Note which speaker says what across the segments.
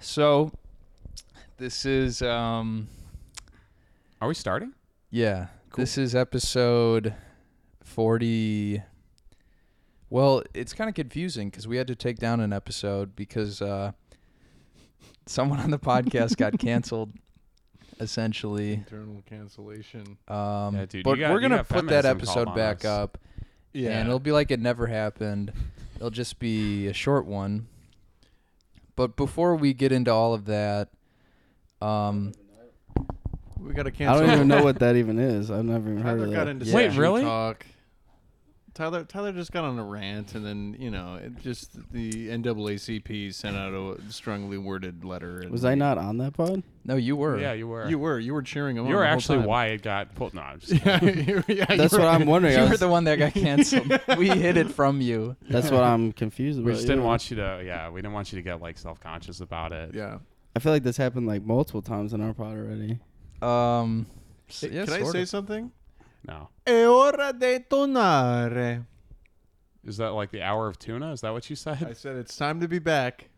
Speaker 1: So this is um
Speaker 2: Are we starting?
Speaker 1: yeah, this is episode 40 Well, it's kind of confusing cuz we had to take down an episode because uh someone on the podcast got canceled essentially.
Speaker 3: Internal cancellation.
Speaker 1: Um
Speaker 2: Yeah, dude, you
Speaker 1: but
Speaker 2: got-
Speaker 1: we're
Speaker 2: you
Speaker 1: going to
Speaker 2: got
Speaker 1: put that
Speaker 2: feminism
Speaker 1: episode
Speaker 2: called on
Speaker 1: back
Speaker 2: us.
Speaker 1: up and it'll be like it never happened. It'll just be a short one. But before we get into all of that, um,
Speaker 3: we got to
Speaker 4: I
Speaker 3: cancel.
Speaker 4: don't even know what that even is. I've never even heard
Speaker 3: Tyler
Speaker 4: of
Speaker 3: got
Speaker 4: that.
Speaker 3: into
Speaker 1: Yeah. Wait,
Speaker 3: session
Speaker 2: really?
Speaker 3: Talk. Tyler, Tyler just got on a rant, and then you know, it just the NAACP sent out a strongly worded letter. and
Speaker 4: Was I not on that pod?
Speaker 1: no, you were.
Speaker 2: Yeah, you were.
Speaker 3: You were, you were cheering him.
Speaker 2: You were
Speaker 3: on
Speaker 2: actually
Speaker 3: the whole
Speaker 2: why it got pulled. No, I'm just
Speaker 3: time. Yeah, you were- yeah, you
Speaker 4: That's
Speaker 3: were.
Speaker 4: what I'm wondering. I
Speaker 1: You were
Speaker 4: was-
Speaker 1: the one that got canceled. we hid it from you.
Speaker 4: that's what I'm confused about.
Speaker 2: we just didn't
Speaker 4: yeah.
Speaker 2: want you to. Yeah, we didn't want you to get like self conscious about it.
Speaker 3: Yeah.
Speaker 4: I feel like this happened like multiple times in our pod already.
Speaker 1: Um, s-
Speaker 3: Hey,
Speaker 1: yeah,
Speaker 3: Can I
Speaker 1: sort
Speaker 3: say
Speaker 1: of.
Speaker 3: something?
Speaker 2: No,
Speaker 4: Eh,
Speaker 3: E ora de tonare.
Speaker 2: is that like the hour of tuna? Is that what you
Speaker 3: I
Speaker 2: said?
Speaker 3: said it's time to be back.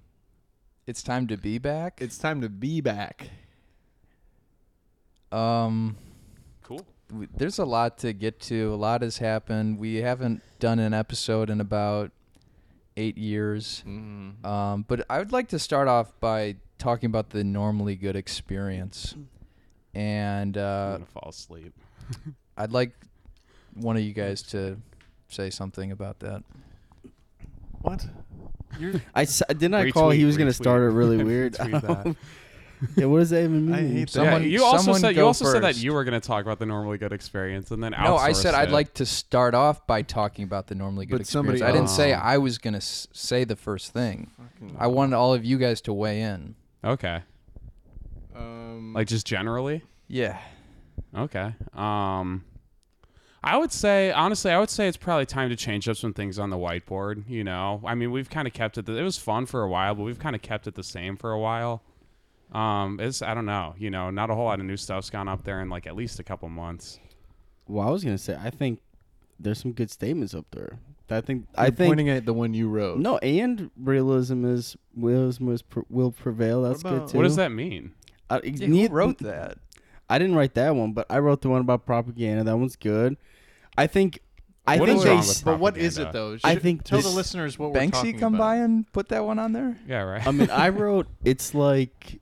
Speaker 1: It's time to be back.
Speaker 3: It's time to be back.
Speaker 1: um,
Speaker 2: Cool.
Speaker 1: w- there's a lot to get to. A lot has happened. We haven't done an episode in about eight years.
Speaker 3: Mm.
Speaker 4: Mm-hmm.
Speaker 1: Um, but I would like to start off by talking about the normally good experience, and
Speaker 2: I'm
Speaker 1: uh,
Speaker 2: gonna fall asleep.
Speaker 1: I'd like one of you guys to say something about that.
Speaker 3: What? You're,
Speaker 4: I s- didn't I call he
Speaker 2: Retweet,
Speaker 4: was gonna start it
Speaker 2: retweet.
Speaker 4: really weird.
Speaker 2: Retweet that.
Speaker 4: yeah, what does that even mean?
Speaker 3: I hate that.
Speaker 1: Someone-
Speaker 2: yeah, you also
Speaker 1: someone
Speaker 2: said you
Speaker 1: go
Speaker 2: also said that
Speaker 1: first.
Speaker 2: you were gonna talk about the normally good experience, and then
Speaker 1: No, I said
Speaker 2: outsourced
Speaker 1: I'd
Speaker 2: it.
Speaker 1: like to start off by talking about the normally good
Speaker 3: But
Speaker 1: experience.
Speaker 3: somebody
Speaker 1: I didn't say
Speaker 2: else-
Speaker 1: I was going to s- say the first thing.
Speaker 3: Fucking-
Speaker 1: I wanted all of you guys to weigh in.
Speaker 2: Okay,
Speaker 3: um,
Speaker 2: like just generally.
Speaker 1: Yeah.
Speaker 2: Okay. Um I would say honestly, I would say it's probably time to change up some things on the whiteboard, you know. I mean, we've kind of kept it the, it was fun for a while, but we've kind of kept it the same for a while. Um it's I don't know, you know, not a whole lot of new stuff's gone up there in like at least a couple months.
Speaker 4: Well, I was gonna say I think there's some good statements up there. I think I
Speaker 3: You're
Speaker 4: think
Speaker 3: pointing at the one you wrote.
Speaker 4: no, and realism is realism is pr- will prevail. That's
Speaker 3: about-
Speaker 4: good too.
Speaker 2: What does that mean?
Speaker 4: I,
Speaker 1: who
Speaker 4: neith-
Speaker 1: wrote that?
Speaker 4: I didn't write that one, but I wrote the one about propaganda. That one's good. I think. I
Speaker 2: What
Speaker 4: think
Speaker 2: is
Speaker 4: they
Speaker 2: wrong
Speaker 4: s-
Speaker 2: with
Speaker 3: But what is it
Speaker 2: propaganda.
Speaker 3: though?
Speaker 4: I
Speaker 3: Should-
Speaker 4: think
Speaker 3: tell the
Speaker 4: this-
Speaker 3: listeners what we're
Speaker 1: Banksy
Speaker 3: talking
Speaker 1: come by
Speaker 3: about.
Speaker 1: and put that one on there?
Speaker 2: Yeah, right.
Speaker 4: I mean, I wrote it's like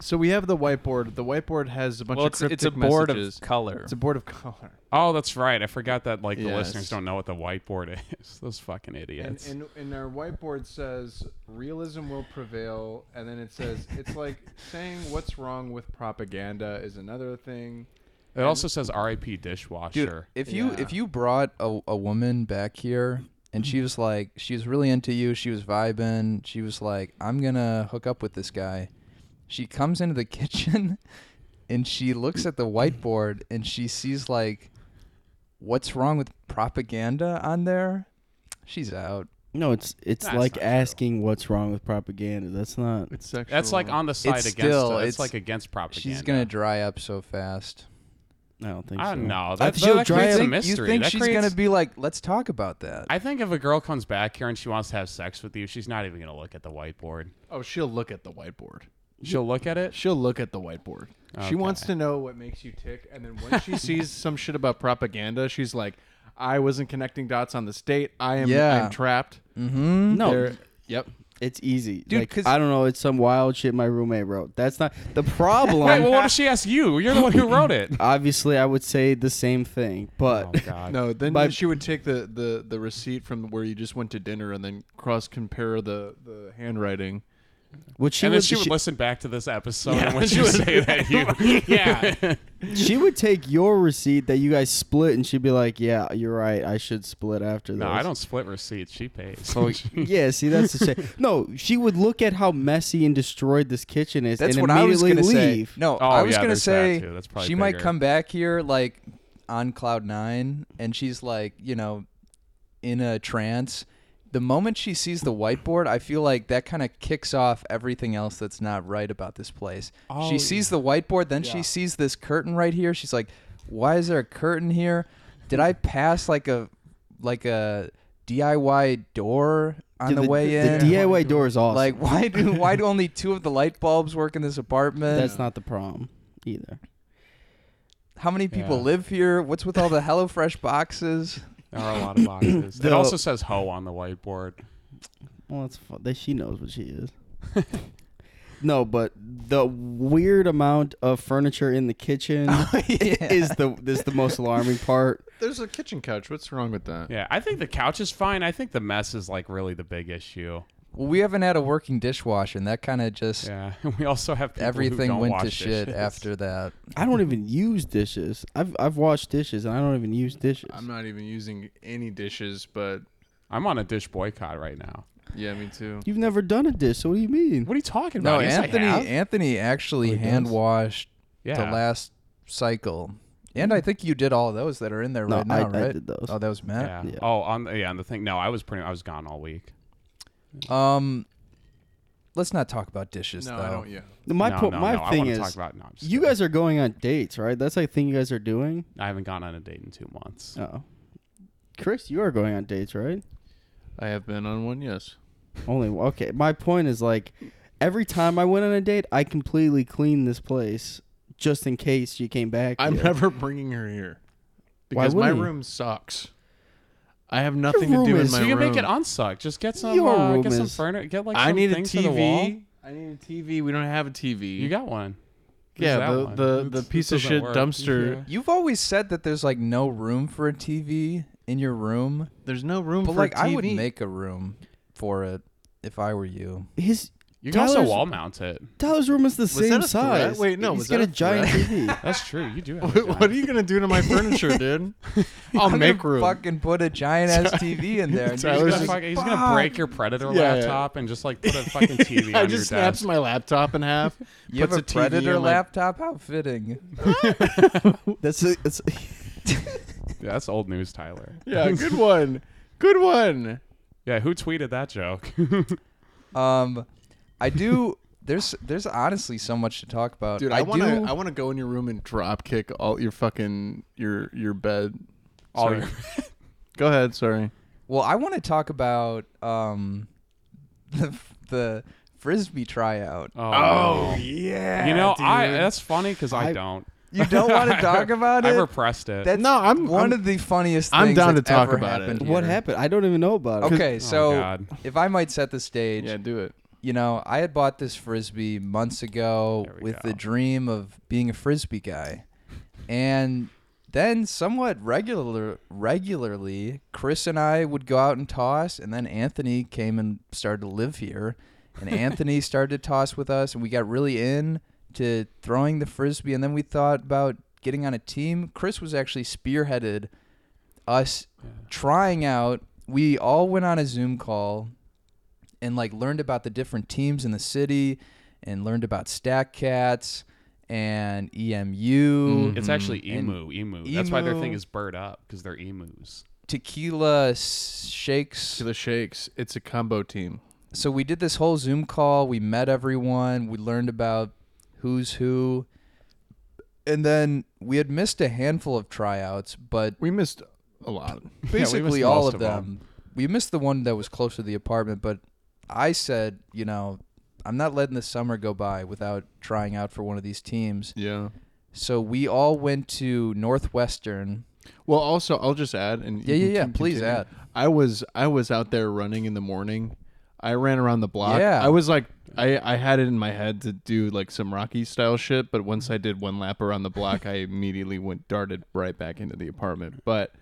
Speaker 3: So we have the whiteboard. The whiteboard has a bunch
Speaker 1: well,
Speaker 3: of
Speaker 1: it's,
Speaker 3: cryptic
Speaker 1: it's a board
Speaker 3: messages.
Speaker 1: of color.
Speaker 3: It's a board of color.
Speaker 2: oh, that's right. I forgot that like the
Speaker 3: Yes.
Speaker 2: listeners don't know what the whiteboard is. Those fucking
Speaker 3: And,
Speaker 2: idiots.
Speaker 3: and and our whiteboard says realism will prevail, and then it says it's like saying what's wrong with propaganda is another thing.
Speaker 2: it also says RIP dishwasher.
Speaker 1: Dude, if you
Speaker 3: Yeah.
Speaker 1: if you brought a, a woman back here and she was like she was really into you, she was vibing, she was like, I'm gonna hook up with this guy. She comes into the kitchen and she looks at the whiteboard and she sees like what's wrong with propaganda on there? She's out.
Speaker 4: no, it's it's
Speaker 2: That's
Speaker 4: like
Speaker 2: not true.
Speaker 4: asking what's wrong with propaganda. That's not.
Speaker 3: It's sexual.
Speaker 2: that's like on the side
Speaker 1: It's
Speaker 2: against
Speaker 1: still-
Speaker 2: uh, it's,
Speaker 1: it's-
Speaker 2: like against propaganda.
Speaker 1: She's gonna dry up so fast.
Speaker 4: I don't think.
Speaker 2: I
Speaker 4: so.
Speaker 2: don't know.
Speaker 4: I
Speaker 2: That,
Speaker 4: think she'll
Speaker 2: that
Speaker 4: dry
Speaker 2: creates
Speaker 4: up-
Speaker 2: a
Speaker 4: You
Speaker 2: mystery.
Speaker 1: You think
Speaker 2: That
Speaker 1: she's
Speaker 2: creates-
Speaker 1: gonna be like, let's talk about that?
Speaker 2: I think if a girl comes back here and she wants to have sex with you, she's not even going to look at the whiteboard.
Speaker 3: oh, she'll look at the whiteboard.
Speaker 2: She'll look at it.
Speaker 3: She'll look at the whiteboard. She
Speaker 2: Okay.
Speaker 3: wants to know what makes you tick, and then when she sees some shit about propaganda, she's like, "I wasn't connecting dots on the state. I am.
Speaker 1: Yeah.
Speaker 3: I'm trapped."
Speaker 1: mm-hmm.
Speaker 4: No,
Speaker 3: There- Yep.
Speaker 4: it's easy.
Speaker 1: Dude,
Speaker 4: Like,
Speaker 1: 'cause-
Speaker 4: I don't know. It's some wild shit my roommate wrote. That's not the problem.
Speaker 2: Wait, well, what if she asks you? You're the one who wrote it.
Speaker 4: Obviously, I would say the same thing, but
Speaker 2: Oh, God.
Speaker 3: No, then
Speaker 4: My-
Speaker 3: she would take the, the, the receipt from where you just went to dinner and then cross compare the, the handwriting.
Speaker 4: what she
Speaker 2: and then
Speaker 4: would,
Speaker 2: she would
Speaker 4: she,
Speaker 2: listen back to this episode and when she would say that you. yeah.
Speaker 4: she would take your receipt that you guys split, and she'd be like, "Yeah, you're right. I should split after this."
Speaker 2: No, I don't split receipts. She pays.
Speaker 4: yeah, see, that's the shit. No, she would look at how messy and destroyed this kitchen is,
Speaker 1: That's
Speaker 4: and
Speaker 1: what I was
Speaker 4: immediately
Speaker 1: gonna
Speaker 4: leave.
Speaker 1: say. No,
Speaker 2: Oh,
Speaker 1: I was
Speaker 2: yeah,
Speaker 1: gonna
Speaker 2: there's that,
Speaker 1: say
Speaker 2: too. That's
Speaker 1: she
Speaker 2: probably
Speaker 1: might
Speaker 2: bigger.
Speaker 1: come back here like on cloud nine, and she's like, you know, in a trance. The moment she sees the whiteboard, I feel like that kind of kicks off everything else that's not right about this place. she
Speaker 2: Oh,
Speaker 1: sees the whiteboard, then she sees this curtain right here. She's like, "Why is there a curtain here? Did I pass like a like a DIY door on
Speaker 4: Dude,
Speaker 1: the, way in.
Speaker 4: the DIY door is awesome.
Speaker 1: Like why do why do only two of the light bulbs work in this apartment?
Speaker 4: that's not the problem either.
Speaker 1: How many people
Speaker 2: Yeah.
Speaker 1: live here? What's with all the HelloFresh boxes?
Speaker 2: There are a lot of boxes. it
Speaker 4: The-
Speaker 2: also says "ho" on the whiteboard.
Speaker 4: Well, it's fu- that she knows what she is. no, but the weird amount of furniture in the kitchen
Speaker 1: Oh,
Speaker 4: is the is the most alarming part.
Speaker 3: There's a kitchen couch. What's wrong with that?
Speaker 2: Yeah, I think the couch is fine. I think the mess is like really the big issue.
Speaker 1: Well, we haven't had a working dishwasher, and that kind of just
Speaker 2: Yeah, we also have people who
Speaker 1: everything
Speaker 2: don't
Speaker 1: went
Speaker 2: wash
Speaker 1: to shit
Speaker 2: dishes.
Speaker 1: after that.
Speaker 4: I don't even use dishes. I've I've washed dishes and I don't even use dishes.
Speaker 3: I'm not even using any dishes, but
Speaker 2: I'm on a dish boycott right now.
Speaker 3: yeah, me too.
Speaker 4: You've never done a dish, so what do you mean?
Speaker 2: What are you talking
Speaker 1: No,
Speaker 2: about? Yes, I
Speaker 1: Anthony.
Speaker 2: have.
Speaker 1: Anthony actually
Speaker 4: Oh, he does?
Speaker 1: hand washed
Speaker 2: yeah. Mm.
Speaker 1: the last cycle, and I think you did all those that are in there
Speaker 4: No,
Speaker 1: right now,
Speaker 4: I,
Speaker 1: right?
Speaker 4: I did those.
Speaker 1: Oh, that was Matt.
Speaker 2: yeah.
Speaker 4: Yeah.
Speaker 2: Oh, on the, yeah, on the thing. No, I was pretty. I was gone all week.
Speaker 1: Um, let's not talk about dishes
Speaker 3: No,
Speaker 1: though.
Speaker 3: I don't. Yeah,
Speaker 4: my
Speaker 2: no,
Speaker 4: po-
Speaker 2: no,
Speaker 4: my
Speaker 2: no, I
Speaker 4: thing
Speaker 2: wanna
Speaker 4: is,
Speaker 2: talk about. No, I'm just
Speaker 4: you
Speaker 2: kidding.
Speaker 4: guys are going on dates, right? That's like a thing you guys are doing.
Speaker 2: I haven't gone on a date in two months.
Speaker 3: Uh,
Speaker 4: Oh, Chris, you are going on dates, right?
Speaker 3: I have been on one. Yes.
Speaker 4: Only okay. My point is like every time I went on a date, I completely cleaned this place just in case you came back.
Speaker 3: I'm
Speaker 4: here.
Speaker 3: never bringing her here
Speaker 4: Why
Speaker 3: because my
Speaker 4: wouldn't you?
Speaker 3: room sucks. I have nothing to
Speaker 4: room
Speaker 3: do in
Speaker 4: is-
Speaker 3: my
Speaker 2: So you can
Speaker 3: room.
Speaker 2: make it unsuck. Just get some.
Speaker 4: Your
Speaker 2: uh,
Speaker 4: room
Speaker 2: get some
Speaker 4: is-
Speaker 2: furniture. Get like.
Speaker 3: I
Speaker 2: some
Speaker 3: need a
Speaker 2: things to the wall.
Speaker 3: TV. I need a TV. We don't have a TV.
Speaker 2: You got one. Use
Speaker 3: yeah,
Speaker 2: that
Speaker 3: the,
Speaker 2: one.
Speaker 3: the the
Speaker 2: It's-
Speaker 3: piece
Speaker 2: it
Speaker 3: of
Speaker 2: doesn't
Speaker 3: shit
Speaker 2: work.
Speaker 3: dumpster.
Speaker 2: Yeah.
Speaker 1: You've always said that there's like no room for a TV in your room,
Speaker 3: There's no room
Speaker 1: but
Speaker 3: for a
Speaker 1: like
Speaker 3: TV.
Speaker 1: I would make a room for it if I were you.
Speaker 4: His
Speaker 2: You can also
Speaker 4: Tyler's-
Speaker 2: wall mount it.
Speaker 4: Tyler's room is the same
Speaker 3: that a threat?
Speaker 4: size.
Speaker 3: Wait, no,
Speaker 4: he's
Speaker 3: was
Speaker 4: got
Speaker 3: that a
Speaker 4: a giant TV.
Speaker 2: That's true. You do. Have a
Speaker 3: Wait, what are
Speaker 2: giant-
Speaker 3: you gonna do to my furniture, dude? I'll
Speaker 1: I'm
Speaker 3: make
Speaker 1: gonna
Speaker 3: room.
Speaker 1: Fucking put a giant ass TV in there. And
Speaker 2: He's
Speaker 3: Tyler's
Speaker 1: you're just
Speaker 2: gonna,
Speaker 3: just-
Speaker 1: like,
Speaker 2: fuck- he's gonna
Speaker 1: "Fuck."
Speaker 2: break your Predator
Speaker 3: Yeah, yeah.
Speaker 2: laptop and just like put a fucking TV
Speaker 3: I
Speaker 2: on
Speaker 3: just
Speaker 2: your
Speaker 3: snaps
Speaker 2: desk.
Speaker 3: my laptop in half.
Speaker 1: You have a
Speaker 3: puts TV
Speaker 1: predator
Speaker 3: on my-
Speaker 1: laptop? How fitting.
Speaker 4: That's a, that's
Speaker 2: Yeah, that's old news, Tyler.
Speaker 3: Yeah, good one. Good one.
Speaker 2: Yeah, who tweeted that joke?
Speaker 1: Um, I do. There's there's honestly so much to talk about.
Speaker 3: Dude, I, want to
Speaker 1: do.
Speaker 3: I want to go in your room and drop kick all your fucking your your bed.
Speaker 2: All
Speaker 3: Sorry.
Speaker 2: your-
Speaker 3: Go ahead, sorry.
Speaker 1: well, I want to talk about um the the frisbee tryout.
Speaker 2: oh, no.
Speaker 3: yeah.
Speaker 2: you know, I
Speaker 3: dude.
Speaker 2: that's funny because I,
Speaker 4: I-
Speaker 2: don't.
Speaker 1: You don't want to talk about
Speaker 2: I
Speaker 1: it.
Speaker 2: repressed it.
Speaker 1: That's
Speaker 3: No, I'm-
Speaker 1: one
Speaker 3: I'm-
Speaker 1: of the funniest.
Speaker 3: I'm
Speaker 1: things
Speaker 3: down
Speaker 1: that's
Speaker 3: to talk
Speaker 1: ever
Speaker 3: about it.
Speaker 1: happened
Speaker 4: what
Speaker 1: here.
Speaker 4: happened? I don't even know about it.
Speaker 1: Okay,
Speaker 2: Oh,
Speaker 1: so
Speaker 2: God.
Speaker 1: if I might set the stage,
Speaker 3: Yeah, do it.
Speaker 1: you know, I had bought this frisbee months ago
Speaker 2: There we
Speaker 1: with
Speaker 2: go.
Speaker 1: the dream of being a frisbee guy, and then somewhat regular regularly, Chris and I would go out and toss, and then Anthony came and started to live here, and Anthony started to toss with us, and we got really in to throwing the frisbee, and then we thought about getting on a team. Chris was actually spearheaded us trying out. We all went on a Zoom call and like learned about the different teams in the city and learned about Stack Cats and E EMU,
Speaker 2: It's actually
Speaker 3: Mm,
Speaker 1: And
Speaker 2: emu, emu. That's why their
Speaker 1: emu-
Speaker 2: thing is bird up because they're emus.
Speaker 1: Tequila s- Shakes.
Speaker 3: To the shakes. It's a combo team.
Speaker 1: So we did this whole Zoom call. We met everyone. We learned about who's who. And then we had missed a handful of tryouts, but
Speaker 3: We missed a lot.
Speaker 2: we missed
Speaker 1: basically all
Speaker 2: most
Speaker 1: of
Speaker 2: of 'em.
Speaker 1: them. We missed the one that was close to the apartment, but I said, you know, I'm not letting this summer go by without trying out for one of these teams.
Speaker 3: Yeah.
Speaker 1: So we all went to Northwestern.
Speaker 3: Well, also, I'll just add and
Speaker 1: Yeah,
Speaker 3: you
Speaker 1: yeah,
Speaker 3: can
Speaker 1: yeah.
Speaker 3: con-
Speaker 1: Please
Speaker 3: continue.
Speaker 1: add.
Speaker 3: I was I was out there running in the morning. I ran around the block.
Speaker 1: Yeah.
Speaker 3: I was like I, I had it in my head to do like some Rocky style shit, but once I did one lap around the block, I immediately went darted right back into the apartment. But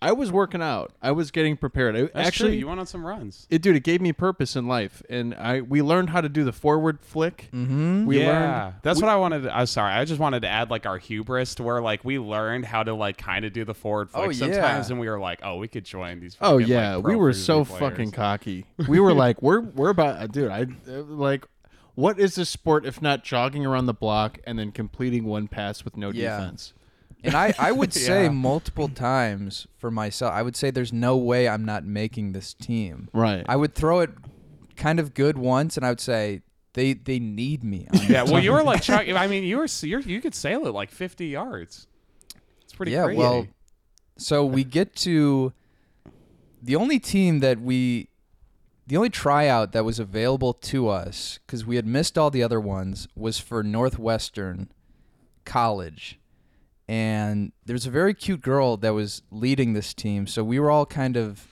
Speaker 3: I was working out. I was getting prepared. I,
Speaker 2: That's
Speaker 3: actually
Speaker 2: true. you went on some runs.
Speaker 3: it dude, it gave me purpose in life. And I we learned how to do the forward flick. Mm-hmm. We
Speaker 2: yeah,
Speaker 3: learned
Speaker 2: that's what I wanted. To, I'm sorry, I just wanted to add like our hubris to where like we learned how to like kind of do the forward flick
Speaker 1: Oh, yeah.
Speaker 2: sometimes, and we were like, oh, we could join these. fucking,
Speaker 3: Oh
Speaker 2: like,
Speaker 3: yeah, we
Speaker 2: pro
Speaker 3: were
Speaker 2: frisbee
Speaker 3: so
Speaker 2: players.
Speaker 3: fucking cocky. We were like, we're we're about, dude. I uh, like, what is this sport if not jogging around the block and then completing one pass with no
Speaker 1: Yeah.
Speaker 3: defense?
Speaker 1: And I, I would say
Speaker 2: Yeah.
Speaker 1: multiple times for myself, I would say there's no way I'm not making this team.
Speaker 3: Right.
Speaker 1: I would throw it kind of good once, and I would say they they need me. on
Speaker 2: Yeah,
Speaker 1: this
Speaker 2: well,
Speaker 1: team."
Speaker 2: you were like, Chuck, I mean, you were you're, you could sail it like 50 yards. It's pretty
Speaker 1: yeah.
Speaker 2: crazy.
Speaker 1: Well, so we get to the only team that we the only tryout that was available to us because we had missed all the other ones was for Northwestern College, and there's a very cute girl that was leading this team. So we were all kind of,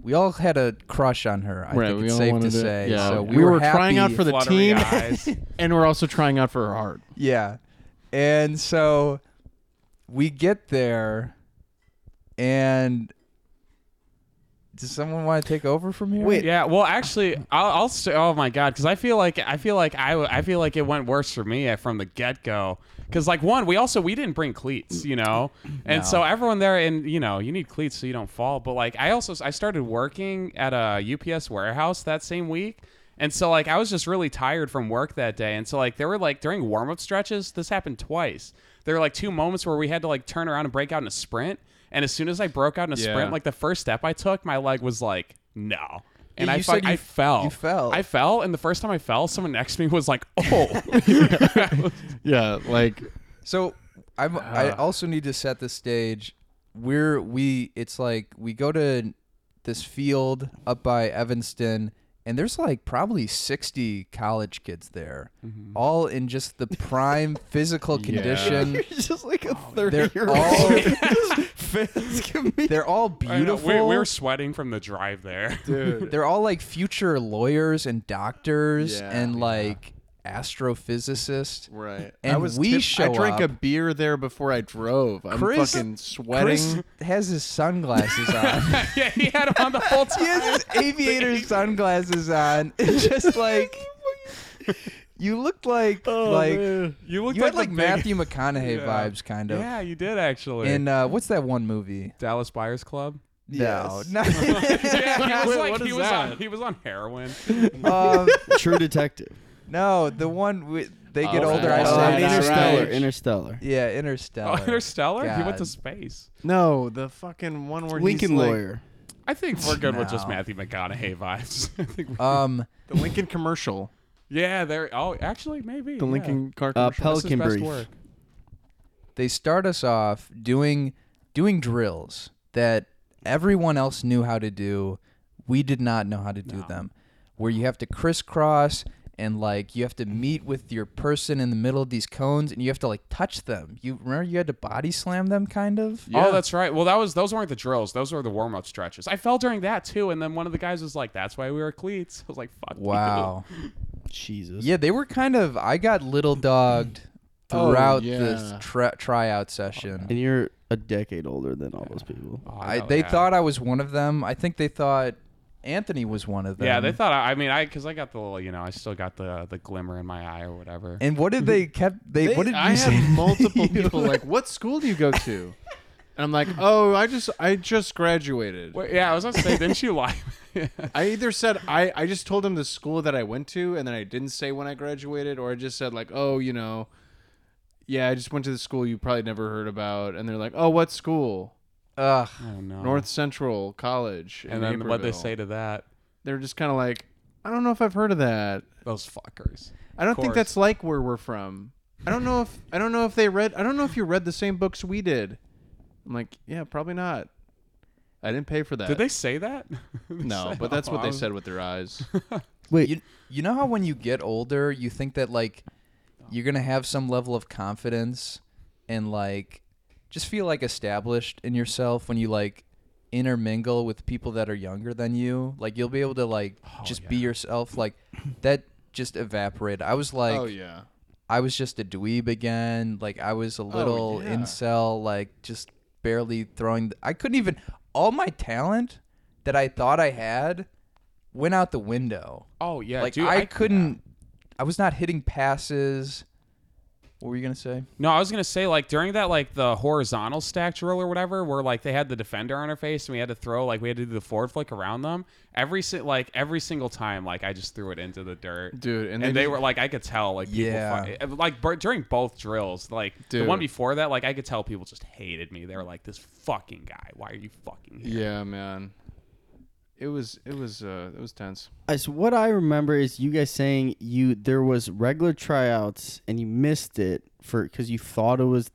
Speaker 1: we all had a crush on her. I think it's safe to
Speaker 3: wanted
Speaker 1: say.
Speaker 3: Yeah,
Speaker 1: So
Speaker 3: we, were, trying out
Speaker 1: happy-
Speaker 3: for the
Speaker 2: Fluttery
Speaker 3: team,
Speaker 2: eyes.
Speaker 3: and we're also trying out for her heart.
Speaker 1: Yeah. And so we get there and does someone want to take over from here?
Speaker 4: Wait.
Speaker 2: Yeah, well, actually, I'll, I'll say, oh my god, because I feel like I feel like I, w- I feel like it went worse for me eh, from the get go. Because like one, we also we didn't bring cleats, you know, and so everyone there, and you know, you need cleats so you don't fall. But like I also I started working at a UPS warehouse that same week. And so like I was just really tired from work that day. And so like there were like during warm up stretches, this happened twice. There were like two moments where we had to like turn around and break out in a sprint. And as soon as I broke out in a sprint,
Speaker 3: Yeah.
Speaker 2: like the first step I took, my leg was like, no. And
Speaker 1: Yeah,
Speaker 2: I,
Speaker 1: you
Speaker 2: fuck-
Speaker 1: said you-
Speaker 2: I fell.
Speaker 1: you fell.
Speaker 2: I fell, and the first time I fell, someone next to me was like, "Oh,
Speaker 3: Yeah, like
Speaker 1: So I'm
Speaker 2: Uh.
Speaker 1: I also need to set the stage. We're we it's like we go to this field up by Evanston and there's like probably 60 college kids there
Speaker 2: Mm-hmm.
Speaker 1: all in just the prime physical condition.
Speaker 4: You're just like a
Speaker 3: Oh,
Speaker 1: They're
Speaker 4: 30 year
Speaker 1: all
Speaker 4: old. Fans, give me.
Speaker 1: they're all
Speaker 2: I know,
Speaker 1: beautiful.
Speaker 2: we, we were sweating from the drive there."
Speaker 3: dude.
Speaker 1: They're all like future lawyers and doctors
Speaker 3: Yeah.
Speaker 1: and like astrophysicists.
Speaker 3: Right. I
Speaker 1: And
Speaker 3: was
Speaker 1: we
Speaker 3: tip-
Speaker 1: show
Speaker 3: I drank a
Speaker 1: up.
Speaker 3: beer there before I drove. I'm
Speaker 1: Chris-
Speaker 3: fucking sweating.
Speaker 1: Chris has his sunglasses on.
Speaker 2: yeah, he had him on the whole
Speaker 1: he
Speaker 2: time.
Speaker 1: has his aviator sunglasses on. It's just like you looked like like
Speaker 2: You Oh, looked
Speaker 1: you
Speaker 2: like
Speaker 1: had like
Speaker 2: the big-
Speaker 1: Matthew McConaughey
Speaker 2: Yeah.
Speaker 1: vibes kind of.
Speaker 2: Yeah, you did actually.
Speaker 1: And uh, what's that one movie?
Speaker 2: Dallas Buyers Club.
Speaker 1: No,
Speaker 4: Yes.
Speaker 1: no,
Speaker 2: yeah, he was
Speaker 3: Wait,
Speaker 2: like
Speaker 3: what
Speaker 2: he
Speaker 3: is
Speaker 2: was
Speaker 3: that?
Speaker 2: on he was on heroin. Oh,
Speaker 1: um,
Speaker 4: True detective. Uh,
Speaker 1: no, the one with, they get
Speaker 3: All
Speaker 1: older.
Speaker 3: right,
Speaker 1: I
Speaker 3: all
Speaker 1: say
Speaker 3: right,
Speaker 1: it's
Speaker 4: Interstellar.
Speaker 1: strange.
Speaker 4: Interstellar.
Speaker 1: Yeah, Interstellar.
Speaker 2: Oh, Interstellar. He went to
Speaker 1: God.
Speaker 2: space.
Speaker 3: No, the fucking one where
Speaker 4: Lincoln
Speaker 3: he's like-
Speaker 4: lawyer.
Speaker 2: I think we're good with just
Speaker 1: No.
Speaker 2: Matthew McConaughey vibes. I think. we-
Speaker 1: Um,
Speaker 3: the Lincoln commercial,
Speaker 2: yeah, there. Oh, actually, maybe
Speaker 3: the
Speaker 2: yeah.
Speaker 3: Lincoln car commercial.
Speaker 4: Uh,
Speaker 2: This is
Speaker 4: Pelican
Speaker 2: best
Speaker 4: brief.
Speaker 2: work.
Speaker 1: they start us off doing doing drills that everyone else knew how to do. We did not know how to do them. Where you have to crisscross and like you have to meet with your person in the middle of these cones and you have to like touch them. You remember you had to body slam them kind of?
Speaker 2: Oh, that's right. Well, that was those weren't the drills; those were the warm up stretches. I fell during that too, and then one of the guys was like, "That's why we wear cleats." I was like, "Fuck." you."
Speaker 1: Wow.
Speaker 4: Jesus.
Speaker 1: Yeah, they were kind of I got little dogged throughout this
Speaker 3: yeah.
Speaker 1: tra- tryout session.
Speaker 4: And you're a decade older than all those people.
Speaker 2: Oh,
Speaker 1: I,
Speaker 2: know,
Speaker 1: they
Speaker 2: yeah.
Speaker 1: thought I was one of them. I think they thought Anthony was one of them.
Speaker 2: Yeah, they thought. I, I mean, I because I got the little, you know, I still got the the glimmer in my eye or whatever.
Speaker 1: And what did they kept they,
Speaker 3: They-
Speaker 1: what did
Speaker 3: I
Speaker 1: you
Speaker 3: had
Speaker 1: say?
Speaker 3: multiple people like, "What school do you go to?" And I'm like, "Oh, I just I just graduated."
Speaker 2: Wait, yeah, I was gonna say, didn't you lie?
Speaker 3: I either said I I just told them the school that I went to, and then I didn't say when I graduated, or I just said like, "Oh, you know, yeah, I just went to the school you probably never heard about," and they're like, "Oh, what school?"
Speaker 1: Ugh.
Speaker 2: I don't
Speaker 1: Uh-huh.
Speaker 2: know.
Speaker 3: North Central College. in
Speaker 2: and then what they
Speaker 3: Naperville."
Speaker 2: say to that?
Speaker 3: they're just kind of like, I don't know if I've heard of that.
Speaker 2: Those fuckers.
Speaker 3: I don't think
Speaker 2: course.
Speaker 3: that's like where we're from. I don't know if I don't know if they read. I don't know if you read the same books we did. I'm like, yeah, probably not. I didn't pay for that.
Speaker 1: Uh,
Speaker 2: Did they say that?
Speaker 3: No, but that's what they said with their eyes.
Speaker 4: Wait,
Speaker 1: You you know how when you get older, you think that like you're gonna have some level of confidence and like just feel like established in yourself when you like intermingle with people that are younger than you. Like you'll be able to like
Speaker 3: Oh,
Speaker 1: just be yourself. Like that just evaporated. I was like
Speaker 3: oh yeah.
Speaker 1: I was just a dweeb again. Like I was a little
Speaker 3: yeah.
Speaker 1: incel, like just barely throwing. The, I couldn't even. All my talent that I thought I had went out the window.
Speaker 2: Oh yeah,
Speaker 1: like
Speaker 2: dude,
Speaker 1: I,
Speaker 2: I
Speaker 1: couldn't. I was not hitting passes. What were you gonna say?
Speaker 2: No, I was gonna say like during that like the horizontal stack drill or whatever, where like they had the defender on our face and we had to throw like we had to do the forward flick around them. Every si- like every single time, like I just threw it into the dirt,
Speaker 3: Dude,
Speaker 2: And,
Speaker 3: and they
Speaker 2: they
Speaker 3: just-
Speaker 2: were like, I could tell like people,
Speaker 1: Yeah.
Speaker 2: fu- and, like bur- during both drills, like the
Speaker 3: Dude.
Speaker 2: one before that, like I could tell people just hated me. They were like, this fucking guy, why are you fucking here?
Speaker 3: Yeah, man. It was it was uh it was tense.
Speaker 4: I, so what I remember is you guys saying you there was regular tryouts and you missed it for because you thought it was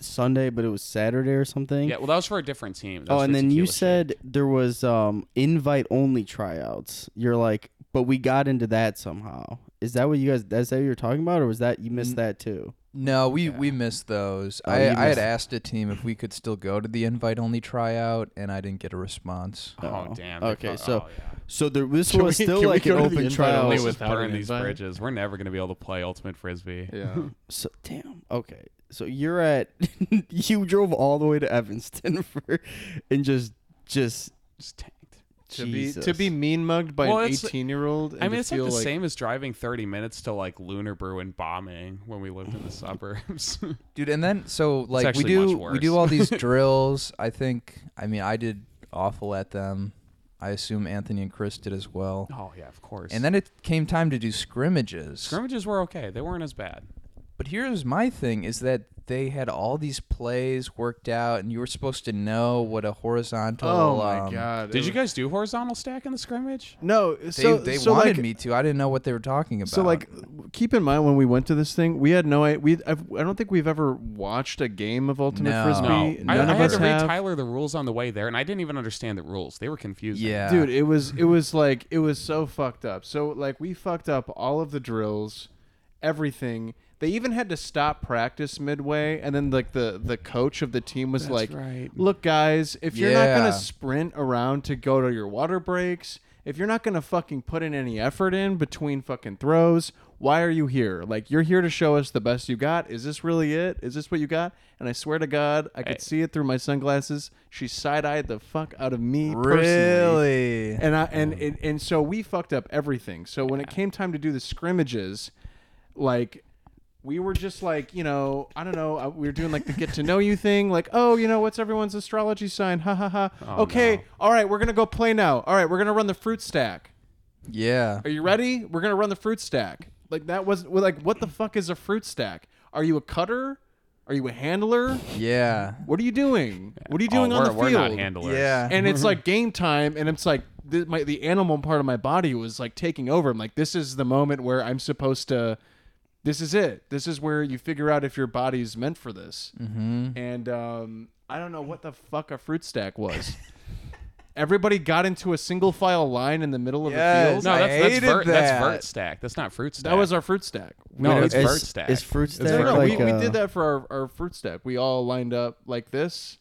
Speaker 4: Sunday, but it was Saturday or something.
Speaker 2: Yeah, well, that was for a different team. That
Speaker 4: oh,
Speaker 2: was
Speaker 4: and
Speaker 2: for
Speaker 4: then you
Speaker 2: Tequila
Speaker 4: said there was um, invite only tryouts. You're like, but we got into that somehow. Is that what you guys? Is that what you're talking about, or was that you missed that too?
Speaker 1: No, we we missed those.
Speaker 4: Oh,
Speaker 1: I,
Speaker 4: you
Speaker 1: I had
Speaker 4: missed-
Speaker 1: asked a team if we could still go to the invite only tryout, and I didn't get a response.
Speaker 2: Shake. Oh,
Speaker 4: Oh,
Speaker 2: damn. they
Speaker 4: okay,
Speaker 2: fu-
Speaker 4: so-
Speaker 2: oh, yeah.
Speaker 4: So there, this
Speaker 3: Can
Speaker 4: was
Speaker 3: we-
Speaker 4: still
Speaker 3: can we
Speaker 4: like
Speaker 3: go
Speaker 4: an
Speaker 3: to the
Speaker 4: open
Speaker 3: invite
Speaker 4: trial.
Speaker 3: only
Speaker 2: Only with
Speaker 3: without an
Speaker 2: burn these
Speaker 3: invite.
Speaker 2: bridges, we're never gonna be able to play ultimate frisbee.
Speaker 3: Yeah.
Speaker 4: So damn. Okay. So you're at you drove all the way to Evanston for and just just
Speaker 2: Just tanked.
Speaker 3: to be to
Speaker 4: Jesus.
Speaker 3: be mean mugged by
Speaker 2: Well,
Speaker 3: an
Speaker 2: it's-
Speaker 3: 18 year old.
Speaker 2: I mean, it's like the same as driving 30 minutes to like Lunar Brew and bombing when we lived in the suburbs.
Speaker 1: Dude, and then so like we
Speaker 2: actually much
Speaker 1: do we do
Speaker 2: worse.
Speaker 1: all these drills. I think I mean I did awful at them. I assume Anthony and Chris did as well.
Speaker 2: oh yeah, of course.
Speaker 1: And then it came time to do scrimmages.
Speaker 2: scrimmages were okay; they weren't as bad.
Speaker 1: But here's my thing is that they had all these plays worked out and you were supposed to know what a horizontal
Speaker 3: Oh my
Speaker 1: um,
Speaker 3: god!
Speaker 2: Did you guys do horizontal stack in the scrimmage?
Speaker 3: No.
Speaker 1: They,
Speaker 3: So
Speaker 1: they
Speaker 3: so
Speaker 1: wanted
Speaker 3: like,
Speaker 1: me to. I didn't know what they were talking about.
Speaker 3: So like, keep in mind when we went to this thing, we had no. I we I've, I don't think we've ever watched a game of ultimate
Speaker 1: No.
Speaker 3: frisbee.
Speaker 2: No,
Speaker 3: None
Speaker 2: I,
Speaker 3: of
Speaker 2: I had
Speaker 3: us
Speaker 2: to read
Speaker 3: have.
Speaker 2: Tyler the rules on the way there, and I didn't even understand the rules; they were confusing.
Speaker 1: yeah.
Speaker 3: Dude, it was it was like it was so fucked up. So like we fucked up all of the drills, everything. They even had to stop practice midway, and then like the the coach of the team was like,
Speaker 2: right.
Speaker 3: "Look, guys, if you're not
Speaker 1: Yeah.
Speaker 3: gonna sprint around to go to your water breaks, if you're not gonna fucking put in any effort in between fucking throws, why are you here? Like you're here to show us the best you got. Is this really it? Is this what you got?" And I swear to God, I could see it through my sunglasses. She side eyed the fuck out of me. personally.
Speaker 1: really?
Speaker 3: And I
Speaker 2: Oh.
Speaker 3: and and, and so we fucked up everything. So when it came time to do the scrimmages, like we were just like you know I don't know uh, we were doing like the get to know you thing like oh you know what's everyone's astrology sign ha ha ha okay
Speaker 2: Oh, no.
Speaker 3: all right we're gonna go play now all right we're gonna run the fruit stack
Speaker 1: Yeah.
Speaker 3: are you ready we're gonna run the fruit stack like that was we're like what the fuck is a fruit stack are you a cutter are you a handler
Speaker 1: Yeah.
Speaker 3: what are you doing what are you
Speaker 2: Oh,
Speaker 3: doing on
Speaker 2: we're,
Speaker 3: the field
Speaker 2: we're not handlers.
Speaker 1: Yeah.
Speaker 3: and it's like game time and it's like the, my, the animal part of my body was like taking over i'm like this is the moment where i'm supposed to this is it this is where you figure out if your body's meant for this mm-hmm. and um, i don't know what the fuck a fruit stack was everybody got into a single file line in the middle of the
Speaker 1: Yes.
Speaker 3: field
Speaker 2: No,
Speaker 1: I
Speaker 2: that's that's
Speaker 1: hated
Speaker 2: vert, that's
Speaker 1: that.
Speaker 2: vert stack. That's not fruit stack.
Speaker 3: that was our fruit stack we
Speaker 2: No,
Speaker 3: did-
Speaker 2: it's bird
Speaker 4: is,
Speaker 2: stack.
Speaker 4: is fruit
Speaker 2: It's
Speaker 4: stack
Speaker 3: no, no,
Speaker 4: like
Speaker 3: we, we
Speaker 4: uh,
Speaker 3: did that for our, our fruit stack we all lined up like this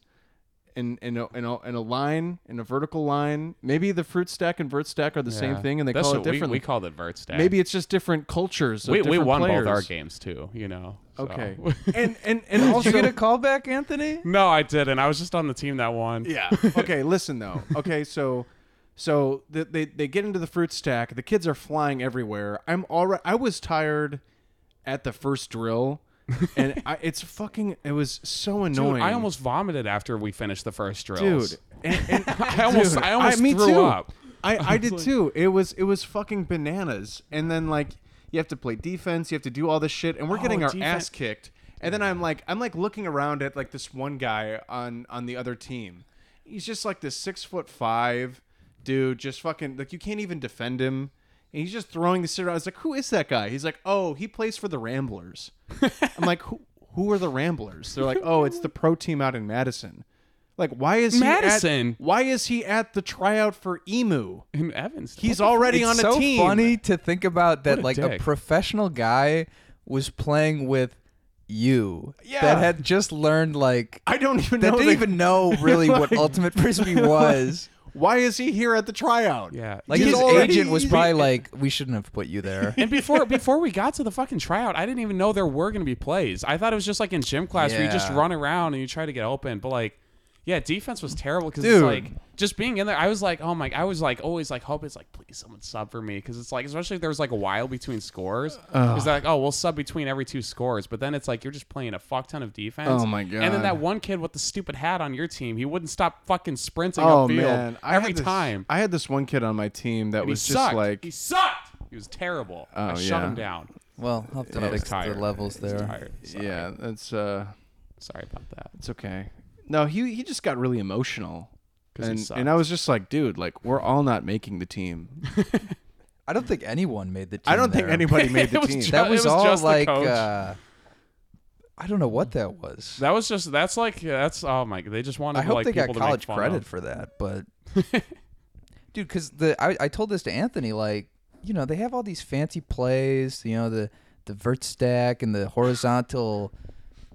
Speaker 3: in in a, in, a, in a line in a vertical line maybe the fruit stack and vert stack are the same
Speaker 2: Yeah.
Speaker 3: thing and they
Speaker 2: That's
Speaker 3: call it
Speaker 2: what we-
Speaker 3: differently
Speaker 2: We, called it vert stack.
Speaker 3: maybe it's just different cultures of
Speaker 2: we, we
Speaker 3: different
Speaker 2: won
Speaker 3: players.
Speaker 2: both our games too. You know. so.
Speaker 3: okay and and
Speaker 1: Did
Speaker 3: and
Speaker 1: you
Speaker 3: also
Speaker 1: get a call back, Anthony?
Speaker 2: no, I didn't. I was just on the team that won.
Speaker 3: Yeah. Okay, listen though. Okay, so so the, they they get into the fruit stack. The kids are flying everywhere. I'm already I was tired at the first drill. and I, it's fucking it was so annoying.
Speaker 2: Dude, I almost vomited after we finished the first drills.
Speaker 3: dude. And, and,
Speaker 2: I almost,
Speaker 3: dude,
Speaker 2: I almost
Speaker 3: me
Speaker 2: threw
Speaker 3: too.
Speaker 2: up.
Speaker 3: I, I did too. It was it was fucking bananas. And then like you have to play defense, you have to do all this shit, and we're getting our
Speaker 2: Oh, defen-
Speaker 3: ass kicked. And then I'm like I'm like looking around at like this one guy on on the other team. He's just like this six foot five dude, just fucking like you can't even defend him. And he's just throwing this shit around. I was like, who is that guy? He's like, oh, he plays for the Ramblers. I'm like, who who are the Ramblers? They're like, oh, it's the pro team out in Madison. Like, why is he at-
Speaker 2: Madison?
Speaker 3: why is he at the tryout for Emu?
Speaker 2: In Evans.
Speaker 3: He's already
Speaker 1: it's
Speaker 3: on a
Speaker 1: so
Speaker 3: team.
Speaker 1: funny to think about that
Speaker 2: a
Speaker 1: like
Speaker 2: dick.
Speaker 1: a professional guy was playing with you
Speaker 3: Yeah.
Speaker 1: that had just learned like
Speaker 3: I don't even
Speaker 1: that
Speaker 3: know.
Speaker 1: didn't
Speaker 3: the-
Speaker 1: even know really what
Speaker 3: Like-
Speaker 1: ultimate frisbee was.
Speaker 3: Why is he here at the tryout?
Speaker 2: Yeah.
Speaker 1: Like
Speaker 3: He's
Speaker 1: his
Speaker 3: already-
Speaker 1: agent was
Speaker 3: he's-
Speaker 1: probably like, "We shouldn't have put you there."
Speaker 2: and before before we got to the fucking tryout, I didn't even know there were going to be plays. I thought it was just like in gym class where you just
Speaker 1: Yeah.
Speaker 2: run around and you try to get open. But like, yeah, defense was terrible because
Speaker 3: Dude.
Speaker 2: it's like just being in there. I was like, oh my, I was like always like hope it's like please someone sub for me because it's like especially if there was like a while between scores. It's like oh we'll sub between every two scores, but then it's like you're just playing a fuck ton of defense.
Speaker 3: Oh, my
Speaker 2: And then
Speaker 3: God.
Speaker 2: that one kid with the stupid hat on your team, he wouldn't stop fucking sprinting
Speaker 3: Oh
Speaker 2: upfield
Speaker 3: man, I had
Speaker 2: every
Speaker 3: this-
Speaker 2: time.
Speaker 3: I had this one kid on my team that
Speaker 2: And he
Speaker 3: was just
Speaker 2: sucked.
Speaker 3: like
Speaker 2: he sucked. He was terrible. I
Speaker 3: Oh,
Speaker 2: shut
Speaker 3: yeah.
Speaker 2: him down.
Speaker 1: Well, I'll have to
Speaker 2: I was
Speaker 1: fix the
Speaker 2: tired.
Speaker 1: levels
Speaker 2: I was
Speaker 1: there.
Speaker 2: tired. Sorry.
Speaker 3: yeah, that's uh,
Speaker 2: Sorry about that.
Speaker 3: it's okay. No, he he just got really emotional.
Speaker 2: 'Cause he
Speaker 3: And,
Speaker 2: sucked.
Speaker 3: and I was just like, dude, like we're all not making the team.
Speaker 1: I don't think anyone made the team.
Speaker 3: I don't think
Speaker 1: there.
Speaker 3: anybody made the
Speaker 2: It was
Speaker 3: team.
Speaker 2: just-
Speaker 1: That
Speaker 2: It
Speaker 1: was,
Speaker 2: was
Speaker 1: all
Speaker 2: just the
Speaker 1: like
Speaker 2: coach.
Speaker 1: uh, I don't know what that was.
Speaker 2: That was just that's like that's oh my they just wanted
Speaker 1: I hope
Speaker 2: like
Speaker 1: they got
Speaker 2: people
Speaker 1: college
Speaker 2: to make fun
Speaker 1: credit
Speaker 2: of.
Speaker 1: for that, but dude, because the I, I told this to Anthony, like you know they have all these fancy plays, you know the the vert stack and the horizontal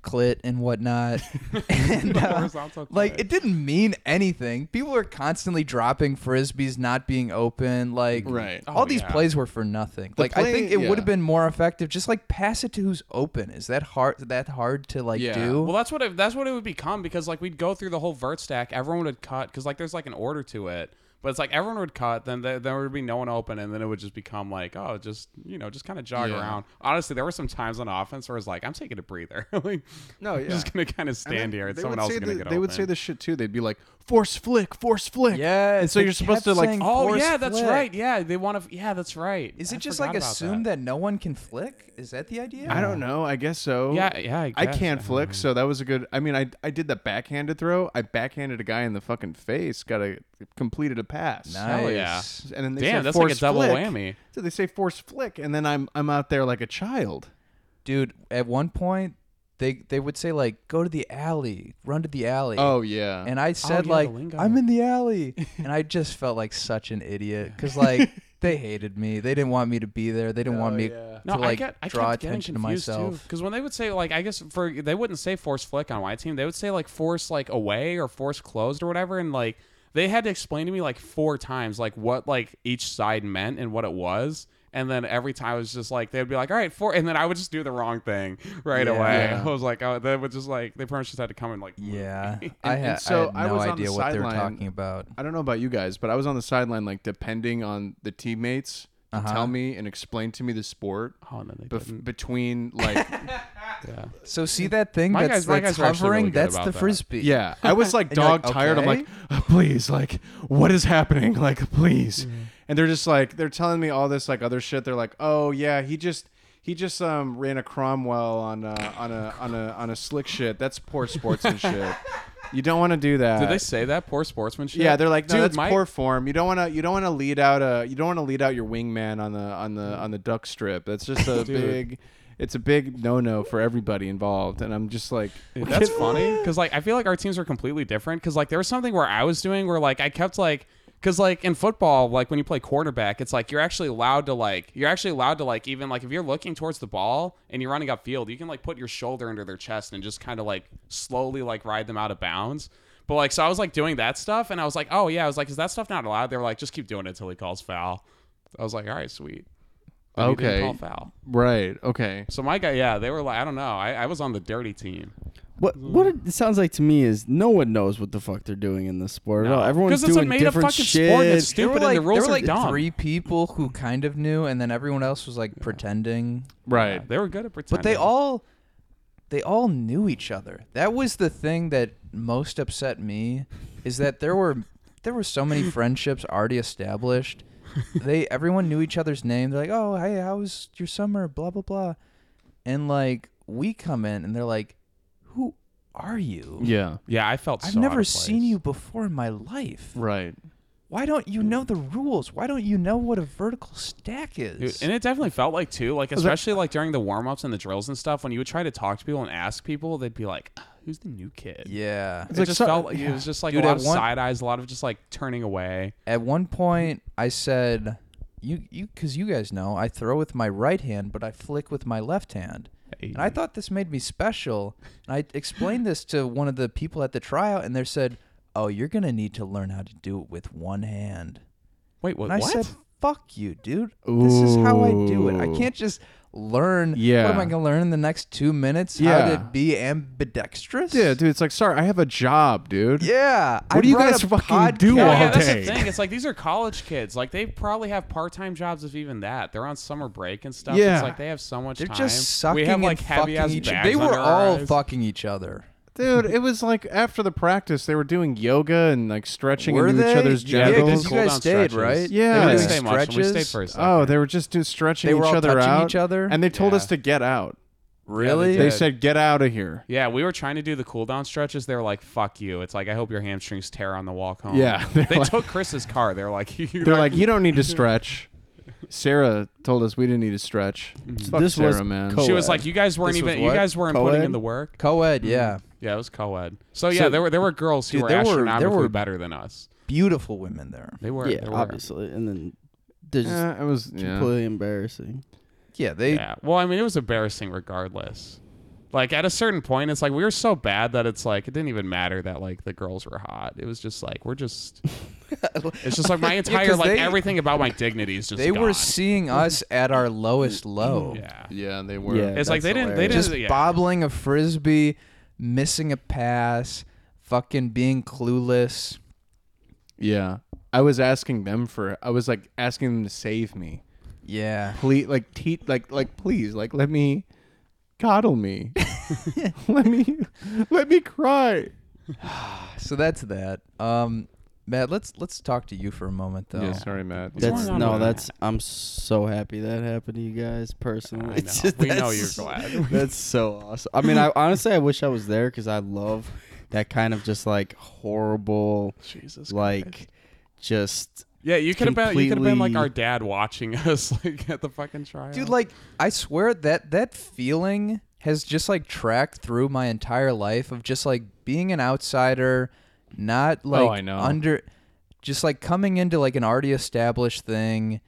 Speaker 1: clit and whatnot, and
Speaker 2: The
Speaker 1: uh,
Speaker 2: horizontal
Speaker 1: like
Speaker 2: clit.
Speaker 1: it didn't mean anything. People are constantly dropping frisbees, not being open, like
Speaker 3: Right.
Speaker 1: All
Speaker 2: Oh,
Speaker 1: these
Speaker 2: yeah.
Speaker 1: plays were for nothing. like I
Speaker 3: play-
Speaker 1: think it would
Speaker 3: yeah.
Speaker 1: have been more effective. Just like pass it to who's open. Is that hard? That hard to like
Speaker 3: Yeah.
Speaker 1: do?
Speaker 2: Well, that's what it, that's what it would become because like we'd go through the whole vert stack. Everyone would cut because like there's like an order to it, but it's like everyone would cut. Then there, there would be no one open, and then it would just become like oh, just you know, just kind of jog
Speaker 3: Yeah.
Speaker 2: around. Honestly, there were some times on offense where I was like, I'm taking a breather. like,
Speaker 3: No,
Speaker 2: I'm just gonna kind of stand here, and
Speaker 3: They
Speaker 2: someone
Speaker 3: would
Speaker 2: else
Speaker 3: say
Speaker 2: is gonna
Speaker 3: the-
Speaker 2: get
Speaker 3: They
Speaker 2: open.
Speaker 3: would say this shit too. They'd be like, "Force flick, force flick."
Speaker 1: Yeah,
Speaker 3: And so
Speaker 1: they
Speaker 3: you're supposed
Speaker 1: kept
Speaker 3: to like
Speaker 1: saying
Speaker 2: Oh
Speaker 1: force
Speaker 2: yeah, that's
Speaker 1: flick.
Speaker 2: right. Yeah, they want to. Yeah, that's right.
Speaker 1: Is
Speaker 2: I
Speaker 1: it just
Speaker 2: forgot
Speaker 1: like
Speaker 2: about
Speaker 1: assume that. no one can flick? Is that the idea?
Speaker 3: I don't know. I guess so.
Speaker 2: Yeah, yeah. I,
Speaker 3: I
Speaker 2: guess.
Speaker 3: can't
Speaker 2: don't
Speaker 3: flick, so that was a good. I mean, I I did the backhanded throw. I backhanded a guy in the fucking face. Got a completed a pass.
Speaker 2: Hell yeah.
Speaker 1: Nice.
Speaker 3: And then they
Speaker 2: Damn,
Speaker 3: said
Speaker 2: that's like a
Speaker 3: force
Speaker 2: double
Speaker 3: flick.
Speaker 2: whammy.
Speaker 3: So they say force flick, and then I'm I'm out there like a child.
Speaker 1: Dude, at one point they they would say like go to the alley, run to the alley.
Speaker 3: Oh yeah.
Speaker 1: And I said
Speaker 2: yeah, the
Speaker 1: like
Speaker 2: lingo.
Speaker 1: I'm in the alley. and I just felt like such an idiot cuz like they hated me. They didn't want me to be there. They didn't want me to like draw attention to myself.
Speaker 2: Because when they would say like, I guess for they wouldn't say force flick on my team, they would say like force like away or force closed or whatever, and like they had to explain to me like four times like what like each side meant and what it was. And then every time it was just like they would be like, "All right, four," and then I would just do the wrong thing right
Speaker 1: Yeah.
Speaker 2: away.
Speaker 3: Yeah.
Speaker 2: I was like, "Oh, they would just like they pretty much just had to come and like." move
Speaker 1: Yeah.
Speaker 2: me.
Speaker 1: I, ha-
Speaker 3: so
Speaker 1: I
Speaker 3: I
Speaker 1: had no
Speaker 3: was on the
Speaker 1: idea what they were
Speaker 3: sideline.
Speaker 1: talking about.
Speaker 3: I don't know about you guys, but I was on the sideline like depending on the teammates to
Speaker 1: Uh-huh.
Speaker 3: tell me and explain to me the sport
Speaker 2: Oh, and then they
Speaker 3: bef-
Speaker 2: didn't.
Speaker 3: between like
Speaker 2: Yeah.
Speaker 1: So see that thing
Speaker 2: My
Speaker 1: that's,
Speaker 2: guys- my
Speaker 1: that's
Speaker 2: guys are actually
Speaker 1: hovering?
Speaker 2: really good
Speaker 1: that's
Speaker 2: about
Speaker 1: the
Speaker 2: that.
Speaker 1: frisbee.
Speaker 3: Yeah, I was like
Speaker 1: And you're like,
Speaker 3: dog tired. I'm like, "Uh, please, like, what is happening? Like, please.
Speaker 1: Mm-hmm.
Speaker 3: And they're just like, they're telling me all this like other shit. They're like, oh yeah, he just he just um ran a Cromwell on uh, on a on a on a slick shit. That's poor sportsmanship. you don't want to do that.
Speaker 2: Did they say that poor sportsmanship?
Speaker 3: Uh, yeah, they're like, no,
Speaker 2: Dude,
Speaker 3: that's
Speaker 2: my-
Speaker 3: poor form. You don't want to, you don't want to lead out a, you don't want to lead out your wingman on the, on the, on the duck strip. That's just a big, it's a big no-no for everybody involved. And I'm just like,
Speaker 2: Dude, that's funny because like I feel like our teams are completely different because like there was something where I was doing where like I kept like because like in football like when you play quarterback it's like you're actually allowed to like you're actually allowed to like even like if you're looking towards the ball and you're running upfield you can like put your shoulder under their chest and just kind of like slowly like ride them out of bounds. But like so I was like doing that stuff and I was like oh yeah I was like is that stuff not allowed? They were like just keep doing it until he calls foul. I was like all right sweet. Then he didn't
Speaker 3: Okay.
Speaker 2: Call foul.
Speaker 3: right, okay.
Speaker 2: So my guy yeah they were like I don't know I, I was on the dirty team.
Speaker 4: What what it sounds like to me is no one knows what the fuck they're doing in this sport at all.
Speaker 2: No.
Speaker 4: Everyone's
Speaker 2: 'Cause it's a
Speaker 4: doing
Speaker 2: made-up
Speaker 4: different
Speaker 2: fucking
Speaker 4: shit.
Speaker 2: sport and it's
Speaker 1: There were
Speaker 2: stupid and
Speaker 1: like,
Speaker 2: the rules
Speaker 1: there were
Speaker 2: are
Speaker 1: like
Speaker 2: dumb.
Speaker 1: three people who kind of knew, and then everyone else was like pretending.
Speaker 3: Right.
Speaker 2: They were good at pretending.
Speaker 1: But they all, they all knew each other. That was the thing that most upset me, is that there were there were so many friendships already established. They everyone knew each other's name. They're like, oh hey, how was your summer? Blah blah blah, and like we come in and they're like, who are you?
Speaker 3: Yeah.
Speaker 2: Yeah, I felt.
Speaker 1: I've
Speaker 2: so out
Speaker 1: never
Speaker 2: of
Speaker 1: seen
Speaker 2: place.
Speaker 1: you before in my life.
Speaker 3: Right.
Speaker 1: why don't you know the rules? Why don't you know what a vertical stack
Speaker 2: Dude,
Speaker 1: is?
Speaker 2: and it definitely felt like too, like especially like during the warm ups and the drills and stuff. When you would try to talk to people and ask people, they'd be like, "Ah, "Who's the new kid?"
Speaker 1: yeah.
Speaker 2: It
Speaker 3: like
Speaker 2: just
Speaker 3: so-
Speaker 2: felt like it was just like
Speaker 1: Dude,
Speaker 2: a
Speaker 1: at
Speaker 2: lot of
Speaker 1: one-
Speaker 2: side eyes, a lot of just like turning away.
Speaker 1: At one point, I said, "You, you, because you guys know, I throw with my right hand, but I flick with my left hand." And I thought this made me special. And I explained this to one of the people at the trial, and they said, "Oh, you're gonna need to learn how to do it with one hand."
Speaker 2: Wait, what?
Speaker 1: And I
Speaker 2: what?
Speaker 1: said, "Fuck you, dude. This is how I do it. I
Speaker 3: Ooh.
Speaker 1: can't just." Learn.
Speaker 3: Yeah.
Speaker 1: What am I gonna learn in the next two minutes? How
Speaker 3: Yeah.
Speaker 1: to be ambidextrous?
Speaker 3: Yeah, dude. It's like, sorry, I have a job, dude.
Speaker 1: Yeah.
Speaker 3: What
Speaker 1: I
Speaker 3: do you
Speaker 1: brought
Speaker 3: guys
Speaker 1: a
Speaker 3: fucking do
Speaker 2: yeah,
Speaker 3: all
Speaker 2: yeah, that's
Speaker 3: day?
Speaker 2: the thing. It's like these are college kids. Like they probably have part time jobs, if even that. They're on summer break and stuff.
Speaker 3: Yeah.
Speaker 2: It's like they have so much
Speaker 1: They're
Speaker 2: time.
Speaker 1: just sucking
Speaker 2: we have like
Speaker 1: and fucking
Speaker 2: heavy ass
Speaker 1: each
Speaker 2: bags
Speaker 1: They were
Speaker 2: under our
Speaker 1: all
Speaker 2: eyes.
Speaker 1: fucking each other.
Speaker 3: Dude, it was like after the practice, they were doing yoga and like stretching
Speaker 1: Were
Speaker 3: into
Speaker 1: they?
Speaker 3: each other's
Speaker 1: Yeah, 'cause
Speaker 3: genitals.
Speaker 1: you
Speaker 2: Cool
Speaker 1: guys
Speaker 2: down
Speaker 1: stayed,
Speaker 2: stretches.
Speaker 1: right?
Speaker 3: Yeah.
Speaker 2: They
Speaker 3: Yeah.
Speaker 2: didn't stay much. and We stayed
Speaker 1: Stretches?
Speaker 2: for a second.
Speaker 3: oh, they were just do, stretching
Speaker 1: They were
Speaker 3: each
Speaker 1: all
Speaker 3: other
Speaker 1: touching
Speaker 3: out.
Speaker 1: each other?
Speaker 3: And they told
Speaker 2: Yeah.
Speaker 3: us to get out.
Speaker 1: Really?
Speaker 3: They
Speaker 2: Yeah.
Speaker 3: said, get out of here.
Speaker 2: Yeah, we were trying to do the cool down stretches. They were like, "Fuck you!" It's like I hope your hamstrings tear on the walk home.
Speaker 3: Yeah, they're
Speaker 2: they
Speaker 3: like-
Speaker 2: took Chris's car. They're like, "You're
Speaker 3: They're
Speaker 2: not-
Speaker 3: like, you don't need to stretch. Sarah told us we didn't need to stretch.
Speaker 1: Mm.
Speaker 3: Fuck
Speaker 4: This
Speaker 3: Sarah,
Speaker 4: was
Speaker 3: man.
Speaker 4: co-
Speaker 2: She was
Speaker 4: co-ed.
Speaker 2: like, "You guys weren't
Speaker 1: This was
Speaker 2: even. You
Speaker 1: what?
Speaker 2: guys weren't putting
Speaker 4: Co-ed?
Speaker 2: in the work."
Speaker 1: Co-ed, yeah.
Speaker 3: Mm-hmm.
Speaker 2: Yeah, it was co-ed. So yeah,
Speaker 1: So-
Speaker 2: there were there were girls who
Speaker 1: Dude,
Speaker 2: were
Speaker 1: there were- there
Speaker 2: astronomically
Speaker 1: were-
Speaker 2: better than us.
Speaker 1: Beautiful women there.
Speaker 2: They were.
Speaker 4: yeah,
Speaker 2: they were.
Speaker 4: obviously. And then there's just
Speaker 2: Uh,
Speaker 3: Yeah, it was yeah.
Speaker 4: completely embarrassing.
Speaker 1: Yeah, they
Speaker 2: yeah. Well, I mean, it was embarrassing regardless. Like at a certain point, it's like we were so bad that it's like it didn't even matter that like the girls were hot. It was just like we're just. it's just like my entire
Speaker 1: 'cause
Speaker 2: like
Speaker 1: they-
Speaker 2: everything about my dignity is just.
Speaker 1: they were
Speaker 2: gone.
Speaker 1: seeing
Speaker 3: Mm-hmm.
Speaker 1: us at our lowest low.
Speaker 2: Mm-hmm. Yeah.
Speaker 3: Yeah, they were.
Speaker 4: Yeah.
Speaker 2: It's like they
Speaker 4: That's
Speaker 2: didn't. They
Speaker 4: hilarious.
Speaker 2: didn't.
Speaker 1: Just
Speaker 2: yeah.
Speaker 1: bobbling a frisbee, missing a pass, fucking being clueless.
Speaker 3: Yeah. I was asking them for I was like asking them to save me.
Speaker 1: Yeah.
Speaker 3: Please like te- like like please like let me coddle me. let me let me cry.
Speaker 1: So that's that. Um Matt, let's let's talk to you for a moment though.
Speaker 3: Yeah, sorry, Matt.
Speaker 2: What's
Speaker 4: that's
Speaker 2: going on
Speaker 4: no,
Speaker 2: with
Speaker 4: that's I'm so happy that happened to you guys personally.
Speaker 2: I
Speaker 4: It's
Speaker 2: know.
Speaker 4: just-
Speaker 2: We know
Speaker 4: that's-
Speaker 2: you're glad.
Speaker 4: That's so awesome. I mean, I honestly I wish I was there because I love that kind of just like horrible,
Speaker 2: Jesus.
Speaker 4: like just
Speaker 2: Yeah, you could have been. You could have been like
Speaker 4: completely-
Speaker 2: our dad watching us like at the fucking trial.
Speaker 1: Dude, like I swear that that feeling has just like tracked through my entire life of just like being an outsider, not like
Speaker 3: Oh, I know.
Speaker 1: under just like coming into like an already established thing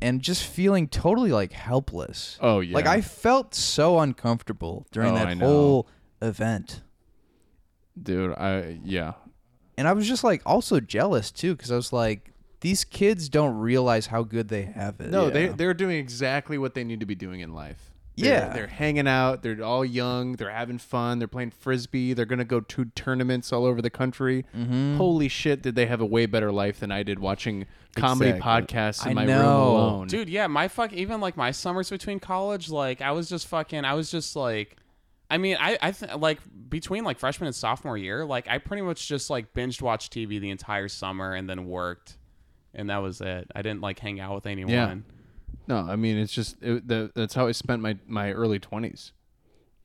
Speaker 1: and just feeling totally like helpless.
Speaker 3: Oh yeah.
Speaker 1: Like I felt so uncomfortable during
Speaker 3: Oh,
Speaker 1: that
Speaker 3: I know.
Speaker 1: whole event.
Speaker 3: dude, I yeah.
Speaker 1: And I was just like also jealous too cuz I was like these kids don't realize how good they have it.
Speaker 3: No, they they're doing exactly what they need to be doing in life. They're-
Speaker 1: Yeah.
Speaker 3: they're hanging out. They're all young. They're having fun. They're playing frisbee. They're gonna go to tournaments all over the country. Holy shit! Did they have a way better life than I did watching comedy
Speaker 4: Exactly.
Speaker 3: podcasts in
Speaker 1: I
Speaker 3: my room
Speaker 1: know.
Speaker 3: alone?
Speaker 2: Dude, yeah, my fuck even like my summers between college, like I was just fucking I was just like I mean, I I th- like between like freshman and sophomore year, like I pretty much just like binged watched TV the entire summer and then worked. And that was it. I didn't like hang out with anyone.
Speaker 3: No, I mean it's just it, the, that's how I spent my my early twenties.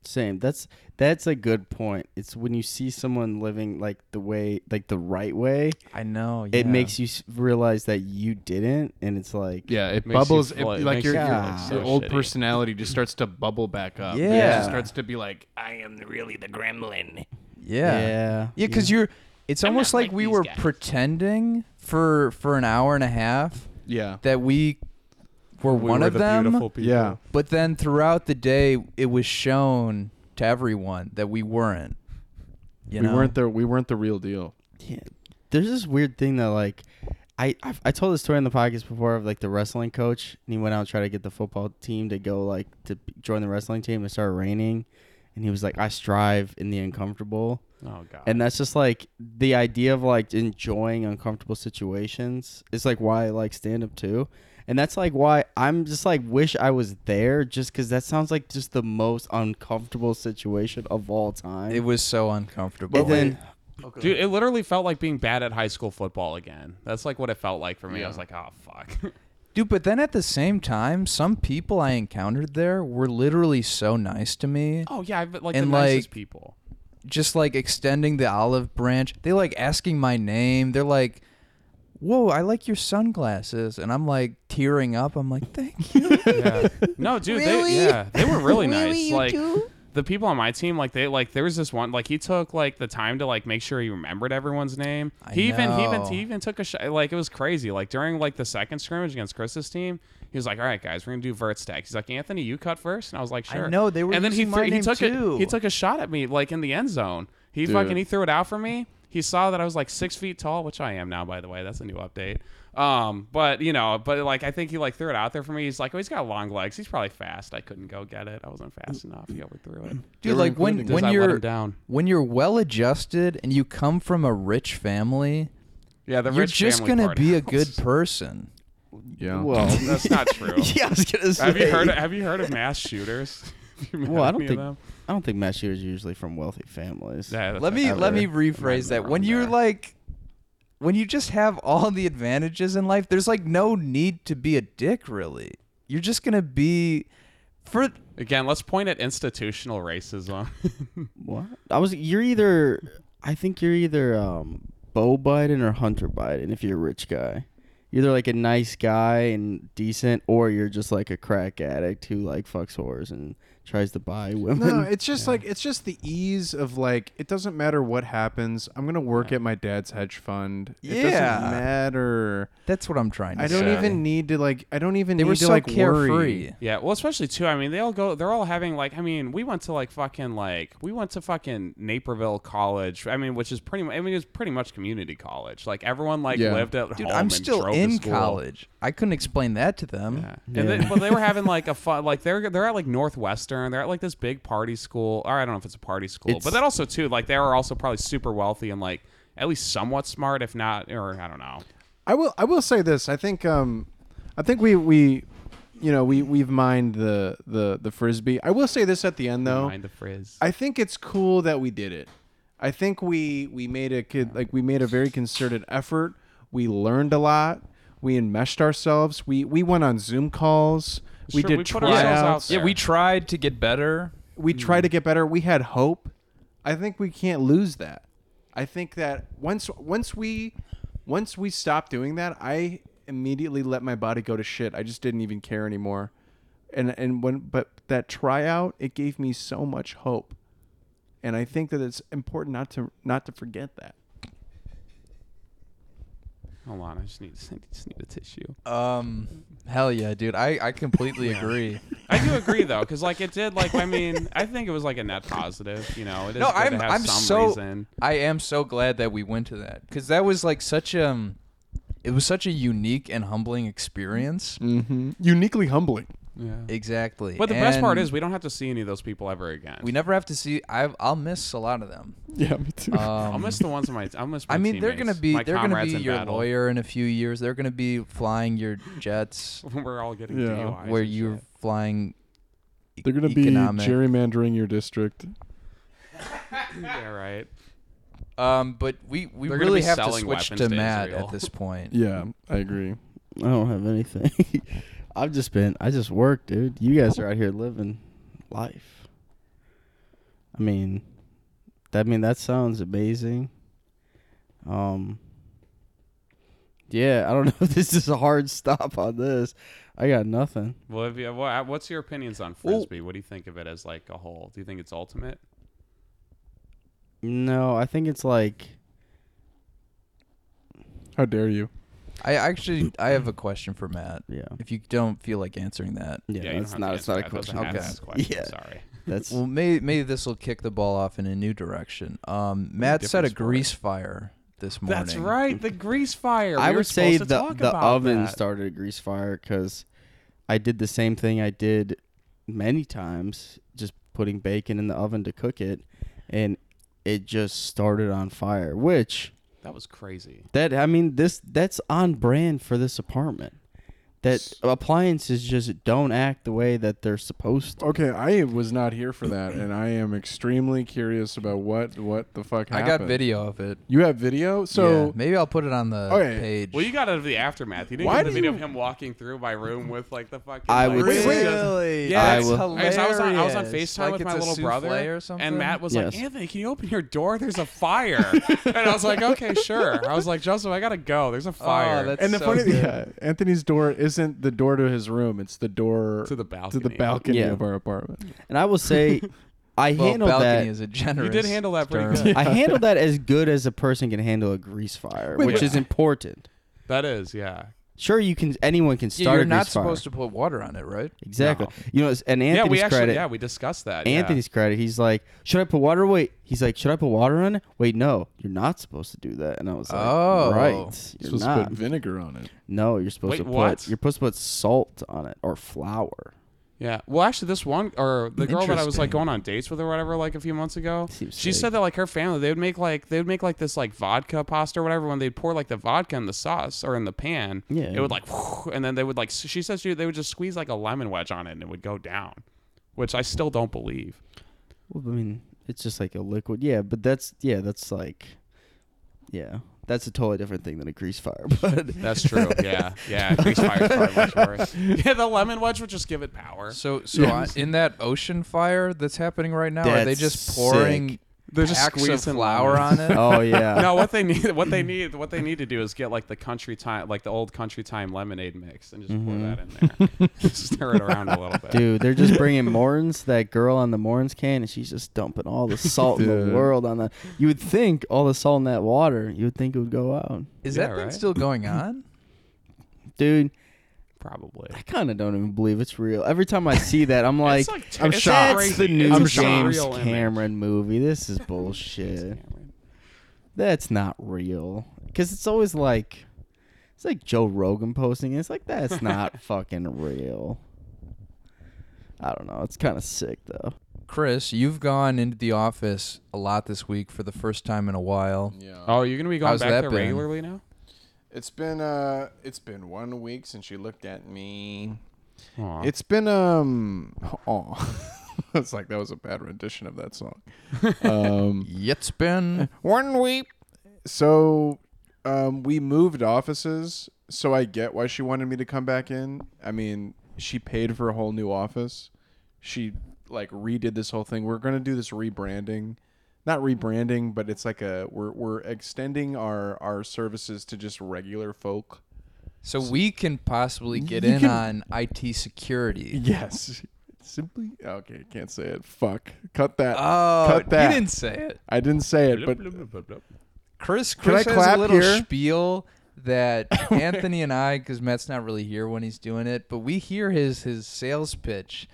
Speaker 4: Same. That's that's a good point. It's when you see someone living like the way, like the right way,
Speaker 1: I know.
Speaker 4: it
Speaker 1: yeah.
Speaker 4: makes you s- realize that you didn't, and it's like
Speaker 3: Yeah,
Speaker 2: Makes
Speaker 3: it
Speaker 2: you
Speaker 3: bubbles.
Speaker 2: feel-
Speaker 3: it,
Speaker 2: it
Speaker 3: like
Speaker 2: makes
Speaker 3: your,
Speaker 2: you
Speaker 3: your,
Speaker 4: feel like
Speaker 2: so
Speaker 3: your old
Speaker 2: shitty.
Speaker 3: personality just starts to bubble back up. It
Speaker 1: Yeah.
Speaker 3: just starts to be like "Ah, I am really the gremlin.
Speaker 1: Yeah. Yeah, because you're. It's almost like, we were pretending for for an hour and a half
Speaker 3: Yeah.
Speaker 1: that we were
Speaker 2: We
Speaker 1: one
Speaker 2: were
Speaker 1: of
Speaker 2: the
Speaker 1: them,
Speaker 2: beautiful people.
Speaker 3: Yeah.
Speaker 1: but then throughout the day, it was shown to everyone that we weren't. You
Speaker 3: we
Speaker 1: know?
Speaker 3: weren't the we weren't the real deal.
Speaker 4: Yeah. There's this weird thing that like I I've, I told this story on the podcast before of like the wrestling coach and he went out and tried to get the football team to go like to b- join the wrestling team and it started raining and he was like I strive in the uncomfortable
Speaker 2: Oh god.
Speaker 4: and that's just like the idea of like enjoying uncomfortable situations is like why I like stand up too and that's like why I'm just like wish I was there just cuz that sounds like just the most uncomfortable situation of all time
Speaker 1: It was so uncomfortable.
Speaker 4: and then
Speaker 2: Dude, it literally felt like being bad at high school football again. That's like what it felt like for me. I
Speaker 3: Yeah.
Speaker 2: was like, "Oh fuck."
Speaker 1: Dude, but then at the same time, some people I encountered there were literally so nice to me.
Speaker 2: oh yeah, I've like
Speaker 1: And,
Speaker 2: the nicest
Speaker 1: like,
Speaker 2: people.
Speaker 1: just like extending the olive branch. They like asking my name. They're like, "Whoa, I like your sunglasses," and I'm like tearing up. I'm like, "Thank you."
Speaker 2: yeah. No, dude.
Speaker 1: Really?
Speaker 2: They, yeah, they were
Speaker 1: Really,
Speaker 2: really nice.
Speaker 1: you
Speaker 2: like
Speaker 1: two?
Speaker 2: the people on my team, like they like there was this one. Like he took like the time to like make sure he remembered everyone's name.
Speaker 1: I
Speaker 2: he even he even
Speaker 1: know.
Speaker 2: he even took a shot. Like it was crazy. Like during like the second scrimmage against Chris's team. He was like, "All right, guys, we're gonna do vert stacks." He's like, "Anthony, you cut first? and I was like,
Speaker 1: I
Speaker 2: "Sure."
Speaker 1: know, they were
Speaker 2: And then he
Speaker 1: using my
Speaker 2: threw- he
Speaker 1: name
Speaker 2: took
Speaker 1: too.
Speaker 2: a he took a shot at me like in the end zone. He fucking he threw it out for me. He saw that I was like six feet tall, which I am now, by the way. That's a new update. Um, but you know, but like I think he like threw it out there for me. He's like, oh, he's got long legs. He's probably fast. I couldn't go get it. I wasn't fast enough. He overthrew it.
Speaker 1: Dude, like Mm. when
Speaker 2: Does
Speaker 1: when
Speaker 2: I let
Speaker 1: you're
Speaker 2: him down?
Speaker 1: when you're well adjusted and you come from a rich family,
Speaker 2: Yeah, the
Speaker 1: you're
Speaker 2: rich
Speaker 1: just
Speaker 2: family
Speaker 1: gonna
Speaker 2: part
Speaker 1: be a
Speaker 2: helps.
Speaker 1: good person.
Speaker 3: Yeah.
Speaker 4: well
Speaker 2: That's not true.
Speaker 4: yeah, I was gonna say.
Speaker 2: Have you heard? Have you heard of mass shooters? Have you met
Speaker 4: Well, I don't
Speaker 2: any of
Speaker 4: think
Speaker 2: them?
Speaker 4: I don't think mass shooters are usually from wealthy families.
Speaker 2: Yeah, that's
Speaker 1: let
Speaker 2: a-
Speaker 1: me let me
Speaker 2: I'm not
Speaker 1: rephrase that.
Speaker 2: wrong
Speaker 1: When you're
Speaker 2: there.
Speaker 1: like when you just have all the advantages in life, there's like no need to be a dick really. You're just going to be for
Speaker 2: again, let's point at institutional racism.
Speaker 4: What? I was. You're either. I think you're either um, Bo Biden or Hunter Biden if you're a rich guy. You're either like a nice guy and decent, or you're just like a crack addict who like fucks whores and tries to buy women.
Speaker 5: No, it's just like it's just the ease of like it doesn't matter what happens. I'm gonna work at my dad's hedge fund. It
Speaker 1: Yeah.
Speaker 5: doesn't matter.
Speaker 1: That's what I'm trying to
Speaker 5: I
Speaker 1: say.
Speaker 5: don't even need to like. I don't even
Speaker 1: They
Speaker 5: need
Speaker 1: were
Speaker 5: to
Speaker 1: so
Speaker 5: like
Speaker 1: carefree.
Speaker 5: worry.
Speaker 2: Yeah, well, especially too. I mean, they all go. They're all having like. I mean, we went to like fucking like we went to fucking Naperville College. I mean, which is pretty. mu- I mean, it was pretty much community college. Like everyone like
Speaker 3: Yeah.
Speaker 2: lived at
Speaker 1: Dude,
Speaker 2: home.
Speaker 1: I'm
Speaker 2: and
Speaker 1: still
Speaker 2: drove to
Speaker 1: in
Speaker 2: school.
Speaker 1: college. I couldn't explain that to them.
Speaker 2: Yeah. And they, well, they were having like a fun, like they're they're at like Northwestern. They're at like this big party school, or I don't know if it's a party school,
Speaker 4: It's-
Speaker 2: but then also too, like they were also probably super wealthy and like at least somewhat smart, if not, or I don't know.
Speaker 5: I will. I will say this. I think. Um, I think we we, you know, we we've mined the the the frisbee. I will say this at the end though.
Speaker 2: Mind the frizz.
Speaker 5: I think it's cool that we did it. I think we we made a kid like we made a very concerted effort. We learned a lot. We enmeshed ourselves. We we went on Zoom calls. We
Speaker 2: Sure,
Speaker 5: did
Speaker 2: we put ourselves out
Speaker 5: tryouts.
Speaker 2: there.
Speaker 1: Yeah, we tried to get better.
Speaker 5: We tried
Speaker 3: Mm.
Speaker 5: to get better. We had hope. I think we can't lose that. I think that once once we once we stopped doing that, I immediately let my body go to shit. I just didn't even care anymore. And and when but that tryout, it gave me so much hope. And I think that it's important not to not to forget that.
Speaker 2: Hold on, I just need I just need a tissue.
Speaker 1: Um, hell yeah, dude. I, I completely agree.
Speaker 2: I do agree though, because like it did, like I mean, I think it was like a net positive. You know, it is
Speaker 1: No,
Speaker 2: good
Speaker 1: I'm
Speaker 2: to have
Speaker 1: I'm
Speaker 2: some
Speaker 1: so
Speaker 2: reason.
Speaker 1: I am so glad that we went to that because that was like such um, it was such a unique and humbling
Speaker 2: Mm.
Speaker 1: experience.
Speaker 5: Mm-hmm. Uniquely humbling.
Speaker 2: Yeah.
Speaker 1: Exactly.
Speaker 2: But the best part
Speaker 1: And
Speaker 2: is we don't have to see any of those people ever again.
Speaker 1: we never have to see. I I'll miss a lot of them.
Speaker 3: Yeah, me too.
Speaker 1: Um,
Speaker 2: I'll miss the ones on my. I'll miss. My
Speaker 1: I mean, they're gonna
Speaker 2: teammates,
Speaker 1: be
Speaker 2: my
Speaker 1: they're gonna
Speaker 2: comrades
Speaker 1: be
Speaker 2: in
Speaker 1: your
Speaker 2: battle.
Speaker 1: lawyer in a few years. They're gonna be flying your jets
Speaker 2: We're all getting
Speaker 3: Yeah.
Speaker 2: DUIs.
Speaker 1: where
Speaker 2: and
Speaker 1: you're
Speaker 2: shit.
Speaker 1: flying. e-
Speaker 3: They're gonna
Speaker 1: economic.
Speaker 3: be gerrymandering your district.
Speaker 2: yeah, right.
Speaker 1: Um, but we we
Speaker 2: They're gonna
Speaker 1: really
Speaker 2: be
Speaker 1: have to
Speaker 2: selling
Speaker 1: switch
Speaker 2: weapons
Speaker 1: to
Speaker 2: to
Speaker 1: Matt
Speaker 2: Israel.
Speaker 1: at this point.
Speaker 3: Yeah, I agree.
Speaker 4: I don't have anything. I've just been. I just work, dude. You guys are out here living life. I mean, that I mean that sounds amazing. Um. Yeah, I don't know if this is a hard stop on this. I got nothing.
Speaker 2: Well, if you, wha- what's your opinions on frisbee? What do you think of it as like a whole? Do you think it's ultimate?
Speaker 4: No, I think it's like
Speaker 3: How dare you?
Speaker 1: I actually I have a question for Matt.
Speaker 4: yeah,
Speaker 1: If you don't feel like answering that,
Speaker 4: yeah.
Speaker 2: you
Speaker 4: it's
Speaker 2: don't have
Speaker 4: not.
Speaker 2: to
Speaker 4: It's not a
Speaker 2: answer
Speaker 4: question.
Speaker 2: that. That
Speaker 1: Okay.
Speaker 2: was an ass question.
Speaker 4: Yeah.
Speaker 2: Sorry.
Speaker 4: That's
Speaker 1: well, maybe maybe this will kick the ball off in a new direction. Um, Matt set a
Speaker 2: different sport.
Speaker 1: grease fire this morning.
Speaker 2: That's right. The grease fire.
Speaker 4: I
Speaker 2: We were
Speaker 4: would say
Speaker 2: supposed to
Speaker 4: the
Speaker 2: talk
Speaker 4: the
Speaker 2: about
Speaker 4: oven
Speaker 2: that.
Speaker 4: started a grease fire because I did the same thing I did many times, just putting bacon in the oven to cook it, and it just started on fire. Which
Speaker 2: That was crazy.
Speaker 4: that I mean this that's on brand for this apartment. That appliances just don't act the way that they're supposed to.
Speaker 3: Okay, I was not here for that, and I am extremely curious about what what the fuck
Speaker 1: I
Speaker 3: happened.
Speaker 1: got video of it.
Speaker 3: You have video, so
Speaker 1: yeah, maybe I'll put it on the
Speaker 3: Okay.
Speaker 1: page.
Speaker 2: Well, you got out of the aftermath. You didn't
Speaker 3: Why
Speaker 2: get the
Speaker 3: do
Speaker 2: video
Speaker 3: you-
Speaker 2: of him walking through my room with like the fucking.
Speaker 4: I
Speaker 2: like,
Speaker 4: would
Speaker 2: this
Speaker 4: say-
Speaker 2: is just-
Speaker 1: Yeah,
Speaker 4: I
Speaker 1: that's
Speaker 4: will-
Speaker 2: Because I was on I was on
Speaker 1: hilarious.
Speaker 2: FaceTime
Speaker 1: Like
Speaker 2: with
Speaker 1: it's
Speaker 2: my
Speaker 1: a
Speaker 2: little
Speaker 1: souffle
Speaker 2: brother,
Speaker 1: or something.
Speaker 2: and Matt was like,
Speaker 4: Yes.
Speaker 2: "Anthony, can you open your door? There's a fire." and I was like, "Okay, sure." I was like, "Joseph, I gotta go. There's a fire."
Speaker 1: Oh, that's-
Speaker 3: and the
Speaker 1: So
Speaker 3: funny,
Speaker 1: good.
Speaker 3: yeah, Anthony's door isn't the door to his room; it's the door
Speaker 2: To the
Speaker 3: to the
Speaker 2: balcony.
Speaker 3: balcony
Speaker 4: Yeah.
Speaker 3: of our apartment.
Speaker 4: And I will say, I
Speaker 1: well,
Speaker 4: handled
Speaker 1: balcony
Speaker 4: that.
Speaker 1: is a generous.
Speaker 2: you did handle that pretty
Speaker 1: term.
Speaker 2: good.
Speaker 4: I handled that as good as a person can handle a grease fire,
Speaker 3: Wait,
Speaker 4: which
Speaker 3: wait.
Speaker 4: is important.
Speaker 2: That is, yeah.
Speaker 4: Sure, you can. Anyone can
Speaker 1: Yeah,
Speaker 4: start
Speaker 1: you're
Speaker 4: a grease
Speaker 1: not
Speaker 4: fire.
Speaker 1: supposed to put water on it, right?
Speaker 4: Exactly.
Speaker 2: No.
Speaker 4: You know, it's- and Anthony's
Speaker 2: yeah, we actually,
Speaker 4: credit.
Speaker 2: yeah, we discussed that. yeah.
Speaker 4: Anthony's credit. He's like, should I put water? Wait. He's like, should I put water on it? Wait, no, you're not supposed to do that. And I was like,
Speaker 1: Oh.
Speaker 4: right,
Speaker 3: You're
Speaker 4: you're
Speaker 3: supposed to
Speaker 4: not.
Speaker 3: put vinegar on it.
Speaker 4: no, you're supposed
Speaker 2: Wait,
Speaker 4: to put.
Speaker 2: what?
Speaker 4: You're supposed to put salt on it or flour.
Speaker 2: Yeah. Well, actually, this one or the girl that I was like
Speaker 1: Interesting.
Speaker 2: going on dates with or whatever, like a few months ago,
Speaker 4: Seems
Speaker 2: she
Speaker 4: fake.
Speaker 2: said that like her family, they would make like they would make like this like vodka pasta or whatever. When they'd pour like the vodka in the sauce or in the pan,
Speaker 4: Yeah.
Speaker 2: it would like, and then they would like. She said she, they would just squeeze like a lemon wedge on it and it would go down, which I still don't believe.
Speaker 4: Well, I mean, it's just like a liquid. Yeah, but that's yeah, that's like, yeah, that's a totally different thing than a grease fire. But
Speaker 2: That's true. yeah. Yeah. Grease fire's probably much worse. Yeah, the lemon wedge would just give it power.
Speaker 1: So, so I- in that ocean fire that's happening right now, are they
Speaker 4: That's
Speaker 1: just pouring
Speaker 4: sick.
Speaker 2: They're just
Speaker 1: packs of
Speaker 2: squeezing
Speaker 1: flour
Speaker 2: lemons.
Speaker 1: on it.
Speaker 4: Oh yeah.
Speaker 2: no, what they need, what they need, what they need to do is get like the country time, like the old country time lemonade mix, and just pour that in there, Just stir it around a little bit.
Speaker 4: Dude, they're just bringing Morns, that girl on the Morns can, and she's just dumping all the salt in the
Speaker 6: Dude.
Speaker 4: world on that. You would think all the salt in that water, you would think it would go out.
Speaker 1: Is
Speaker 2: Yeah,
Speaker 1: that thing
Speaker 2: right?
Speaker 1: still going on?
Speaker 4: Dude,
Speaker 2: probably.
Speaker 4: I kind of don't even believe it's real. Every time I see that, I'm like,
Speaker 2: it's like
Speaker 6: I'm
Speaker 2: it's
Speaker 6: shocked.
Speaker 2: crazy.
Speaker 4: that's the new
Speaker 2: It's a
Speaker 4: James
Speaker 2: surreal image.
Speaker 4: Cameron movie. This is
Speaker 2: James
Speaker 4: bullshit.
Speaker 2: Cameron.
Speaker 4: That's not real. Because it's always like, it's like Joe Rogan posting. it. It's like, that's not fucking real. I don't know. It's kind of sick, though.
Speaker 1: Chris, you've gone into the office a lot this week for the first time in a while.
Speaker 3: Yeah.
Speaker 2: Oh, you're gonna be going
Speaker 1: How's
Speaker 2: back
Speaker 1: that
Speaker 2: there
Speaker 1: been?
Speaker 2: regularly now?
Speaker 3: It's been uh it's been one week since she looked at me.
Speaker 2: Aw.
Speaker 3: It's been um oh. it's like that was a bad rendition of that song. um
Speaker 1: It's been
Speaker 3: one week. So um we moved offices, so I get why she wanted me to come back in. I mean, she paid for a whole new office. She like redid this whole thing. We're going to do this rebranding. Not rebranding, but it's like a we're we're extending our our services to just regular folk.
Speaker 1: so we can possibly get
Speaker 3: You
Speaker 1: in on
Speaker 3: can-
Speaker 1: IT security.
Speaker 3: Yes. Simply okay, can't say it. Fuck. Cut that.
Speaker 1: Oh,
Speaker 3: Cut that.
Speaker 1: you didn't say it.
Speaker 3: I didn't say it, but
Speaker 1: Chris,
Speaker 3: Can I
Speaker 1: Chris has
Speaker 3: clap
Speaker 1: a little
Speaker 3: here?
Speaker 1: spiel that Anthony and I, because Matt's not really here when he's doing it, but we hear his his sales pitch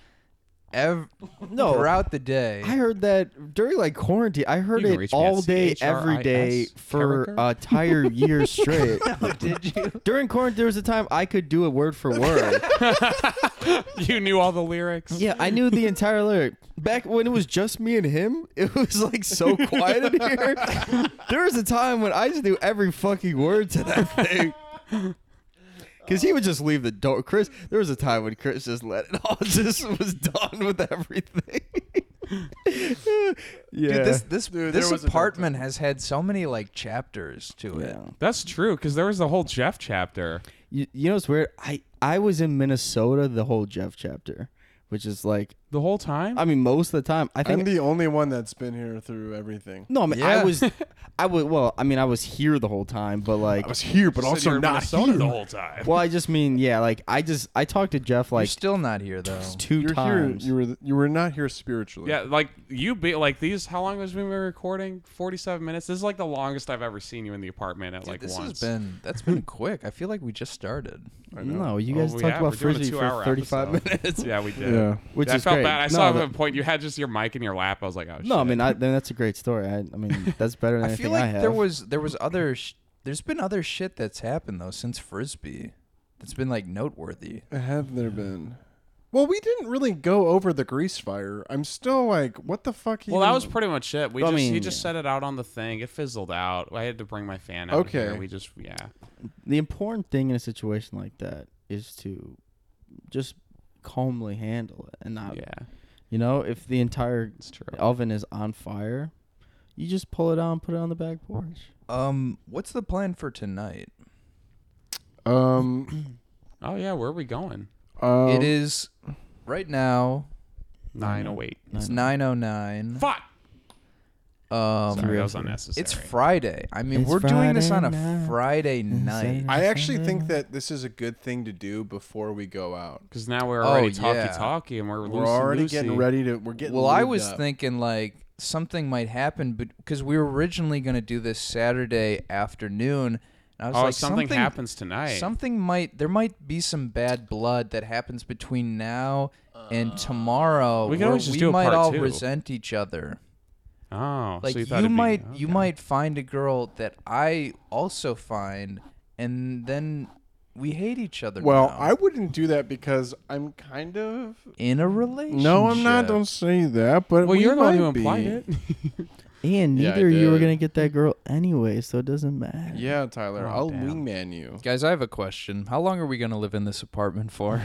Speaker 1: ev-
Speaker 4: No.
Speaker 1: throughout the day.
Speaker 4: I heard that during like quarantine. I heard
Speaker 2: You can
Speaker 4: it
Speaker 2: reach me
Speaker 4: all
Speaker 2: at
Speaker 4: day, every
Speaker 2: CHRIS,
Speaker 4: day for
Speaker 2: Carricker.
Speaker 4: a entire year straight.
Speaker 1: Did you?
Speaker 4: During quarantine, there was a time I could do it word for word.
Speaker 2: you knew all the lyrics.
Speaker 4: yeah, I knew the entire lyric. Back when it was just me and him, it was like so quiet in here. There was a time when I just knew every fucking word to that thing. Cause he would just leave the door. Chris, there was a time when Chris just let it all just was done with everything. yeah,
Speaker 1: Dude, this this
Speaker 3: there
Speaker 1: this
Speaker 3: was a
Speaker 1: apartment has had so many like chapters to it.
Speaker 4: yeah.
Speaker 2: That's true, because there was the whole Jeff chapter.
Speaker 4: You, you know what's weird? I I was in Minnesota the whole Jeff chapter, which is like
Speaker 2: The whole time?
Speaker 4: I mean most of the time. I
Speaker 3: I'm
Speaker 4: think
Speaker 3: the only one that's been here through everything.
Speaker 4: no, I mean I
Speaker 1: Yeah.
Speaker 4: was I was well, I mean I was here the whole time, but like
Speaker 3: I was here, but
Speaker 2: Said you were
Speaker 3: also
Speaker 2: in
Speaker 3: not
Speaker 2: Minnesota
Speaker 3: here.
Speaker 2: the whole time.
Speaker 4: well, I just mean yeah, like I just I talked to Jeff
Speaker 1: You're
Speaker 4: like
Speaker 1: still not here though.
Speaker 4: 2
Speaker 3: You're
Speaker 4: times.
Speaker 3: here. You were you were not here spiritually.
Speaker 2: Yeah, like you be like these. How long has we been recording? Forty-seven minutes. This is like the longest I've ever seen you in the apartment at like
Speaker 1: this has
Speaker 2: once.
Speaker 1: been that's been quick. I feel like we just started.
Speaker 4: no, you
Speaker 2: Oh,
Speaker 4: guys
Speaker 2: we
Speaker 4: talked
Speaker 2: have.
Speaker 4: about
Speaker 2: We're doing a
Speaker 4: Frizzy for
Speaker 2: two-hour
Speaker 4: 35
Speaker 2: episode.
Speaker 4: minutes,
Speaker 2: yeah, we did.
Speaker 3: Yeah.
Speaker 4: which
Speaker 2: I
Speaker 4: is
Speaker 2: felt
Speaker 4: great.
Speaker 2: bad. I
Speaker 4: no,
Speaker 2: saw
Speaker 4: that-
Speaker 2: him at a point. You had just your mic in your lap. I was like, oh. Shit.
Speaker 4: no, I mean I, then that's a great story. I, I mean that's better than
Speaker 1: I
Speaker 4: anything
Speaker 1: feel like
Speaker 4: I have.
Speaker 1: there was there was other sh- there's been other shit that's happened though since Frisbee that's been like noteworthy.
Speaker 3: Have there been? Well, we didn't really go over the grease fire. I'm still like, what the fuck?
Speaker 2: Well, that
Speaker 3: even-
Speaker 2: was pretty much it. We
Speaker 4: I
Speaker 2: just he
Speaker 4: mean,
Speaker 2: just
Speaker 4: yeah.
Speaker 2: set it out on the thing. It fizzled out. I had to bring my fan out.
Speaker 3: Okay.
Speaker 2: here. We just yeah.
Speaker 4: the important thing in a situation like that is to just calmly handle it and not
Speaker 2: Yeah.
Speaker 4: you know if the entire
Speaker 2: It's true.
Speaker 4: oven is on fire you just pull it out and put it on the back porch
Speaker 1: Um, what's the plan for tonight?
Speaker 3: Um,
Speaker 2: Oh yeah. Where are we going?
Speaker 3: um,
Speaker 2: Oh.
Speaker 1: it is right now.
Speaker 2: Nine oh eight.
Speaker 1: It's nine oh nine.
Speaker 2: Fuck.
Speaker 1: Um,
Speaker 2: Sorry, that was unnecessary.
Speaker 1: it's Friday. I mean,
Speaker 4: It's
Speaker 1: we're doing this on a
Speaker 4: Friday night.
Speaker 1: Friday night.
Speaker 4: Saturday.
Speaker 3: I actually think that this is a good thing to do before we go out.
Speaker 2: because now we're
Speaker 1: Oh,
Speaker 2: already
Speaker 1: yeah.
Speaker 2: talky talky and we're
Speaker 3: We're already getting
Speaker 2: loosey-goosey.
Speaker 3: ready to. We're getting.
Speaker 1: Well, I
Speaker 3: lubed
Speaker 1: was
Speaker 3: up.
Speaker 1: thinking like something might happen, but because we were originally going to do this Saturday afternoon, and I was
Speaker 2: Oh,
Speaker 1: like,
Speaker 2: something, happens tonight.
Speaker 1: Something might there might be some bad blood that happens between now and tomorrow.
Speaker 2: We can
Speaker 1: where
Speaker 2: always just
Speaker 1: we
Speaker 2: do a
Speaker 1: might
Speaker 2: part
Speaker 1: all
Speaker 2: two.
Speaker 1: resent each other.
Speaker 2: oh,
Speaker 1: Like
Speaker 2: so you, thought
Speaker 1: you
Speaker 2: it'd be-
Speaker 1: might you
Speaker 2: okay.
Speaker 1: might find a girl that I also find, and then we hate each other.
Speaker 3: Well,
Speaker 1: now.
Speaker 3: I wouldn't do that because I'm kind of.
Speaker 1: in a relationship.
Speaker 3: No, I'm not. Don't say that. But
Speaker 2: Well,
Speaker 3: we
Speaker 2: you're the one
Speaker 3: might
Speaker 2: who implied
Speaker 3: be.
Speaker 2: it. Oh,
Speaker 4: and
Speaker 3: Yeah, I
Speaker 4: neither you were
Speaker 3: did.
Speaker 4: gonna get that girl anyway so it doesn't matter
Speaker 3: Yeah, Tyler,
Speaker 2: Oh,
Speaker 3: I'll
Speaker 2: damn.
Speaker 3: wingman you.
Speaker 1: Guys, I have a question. How long are we gonna live in this apartment for?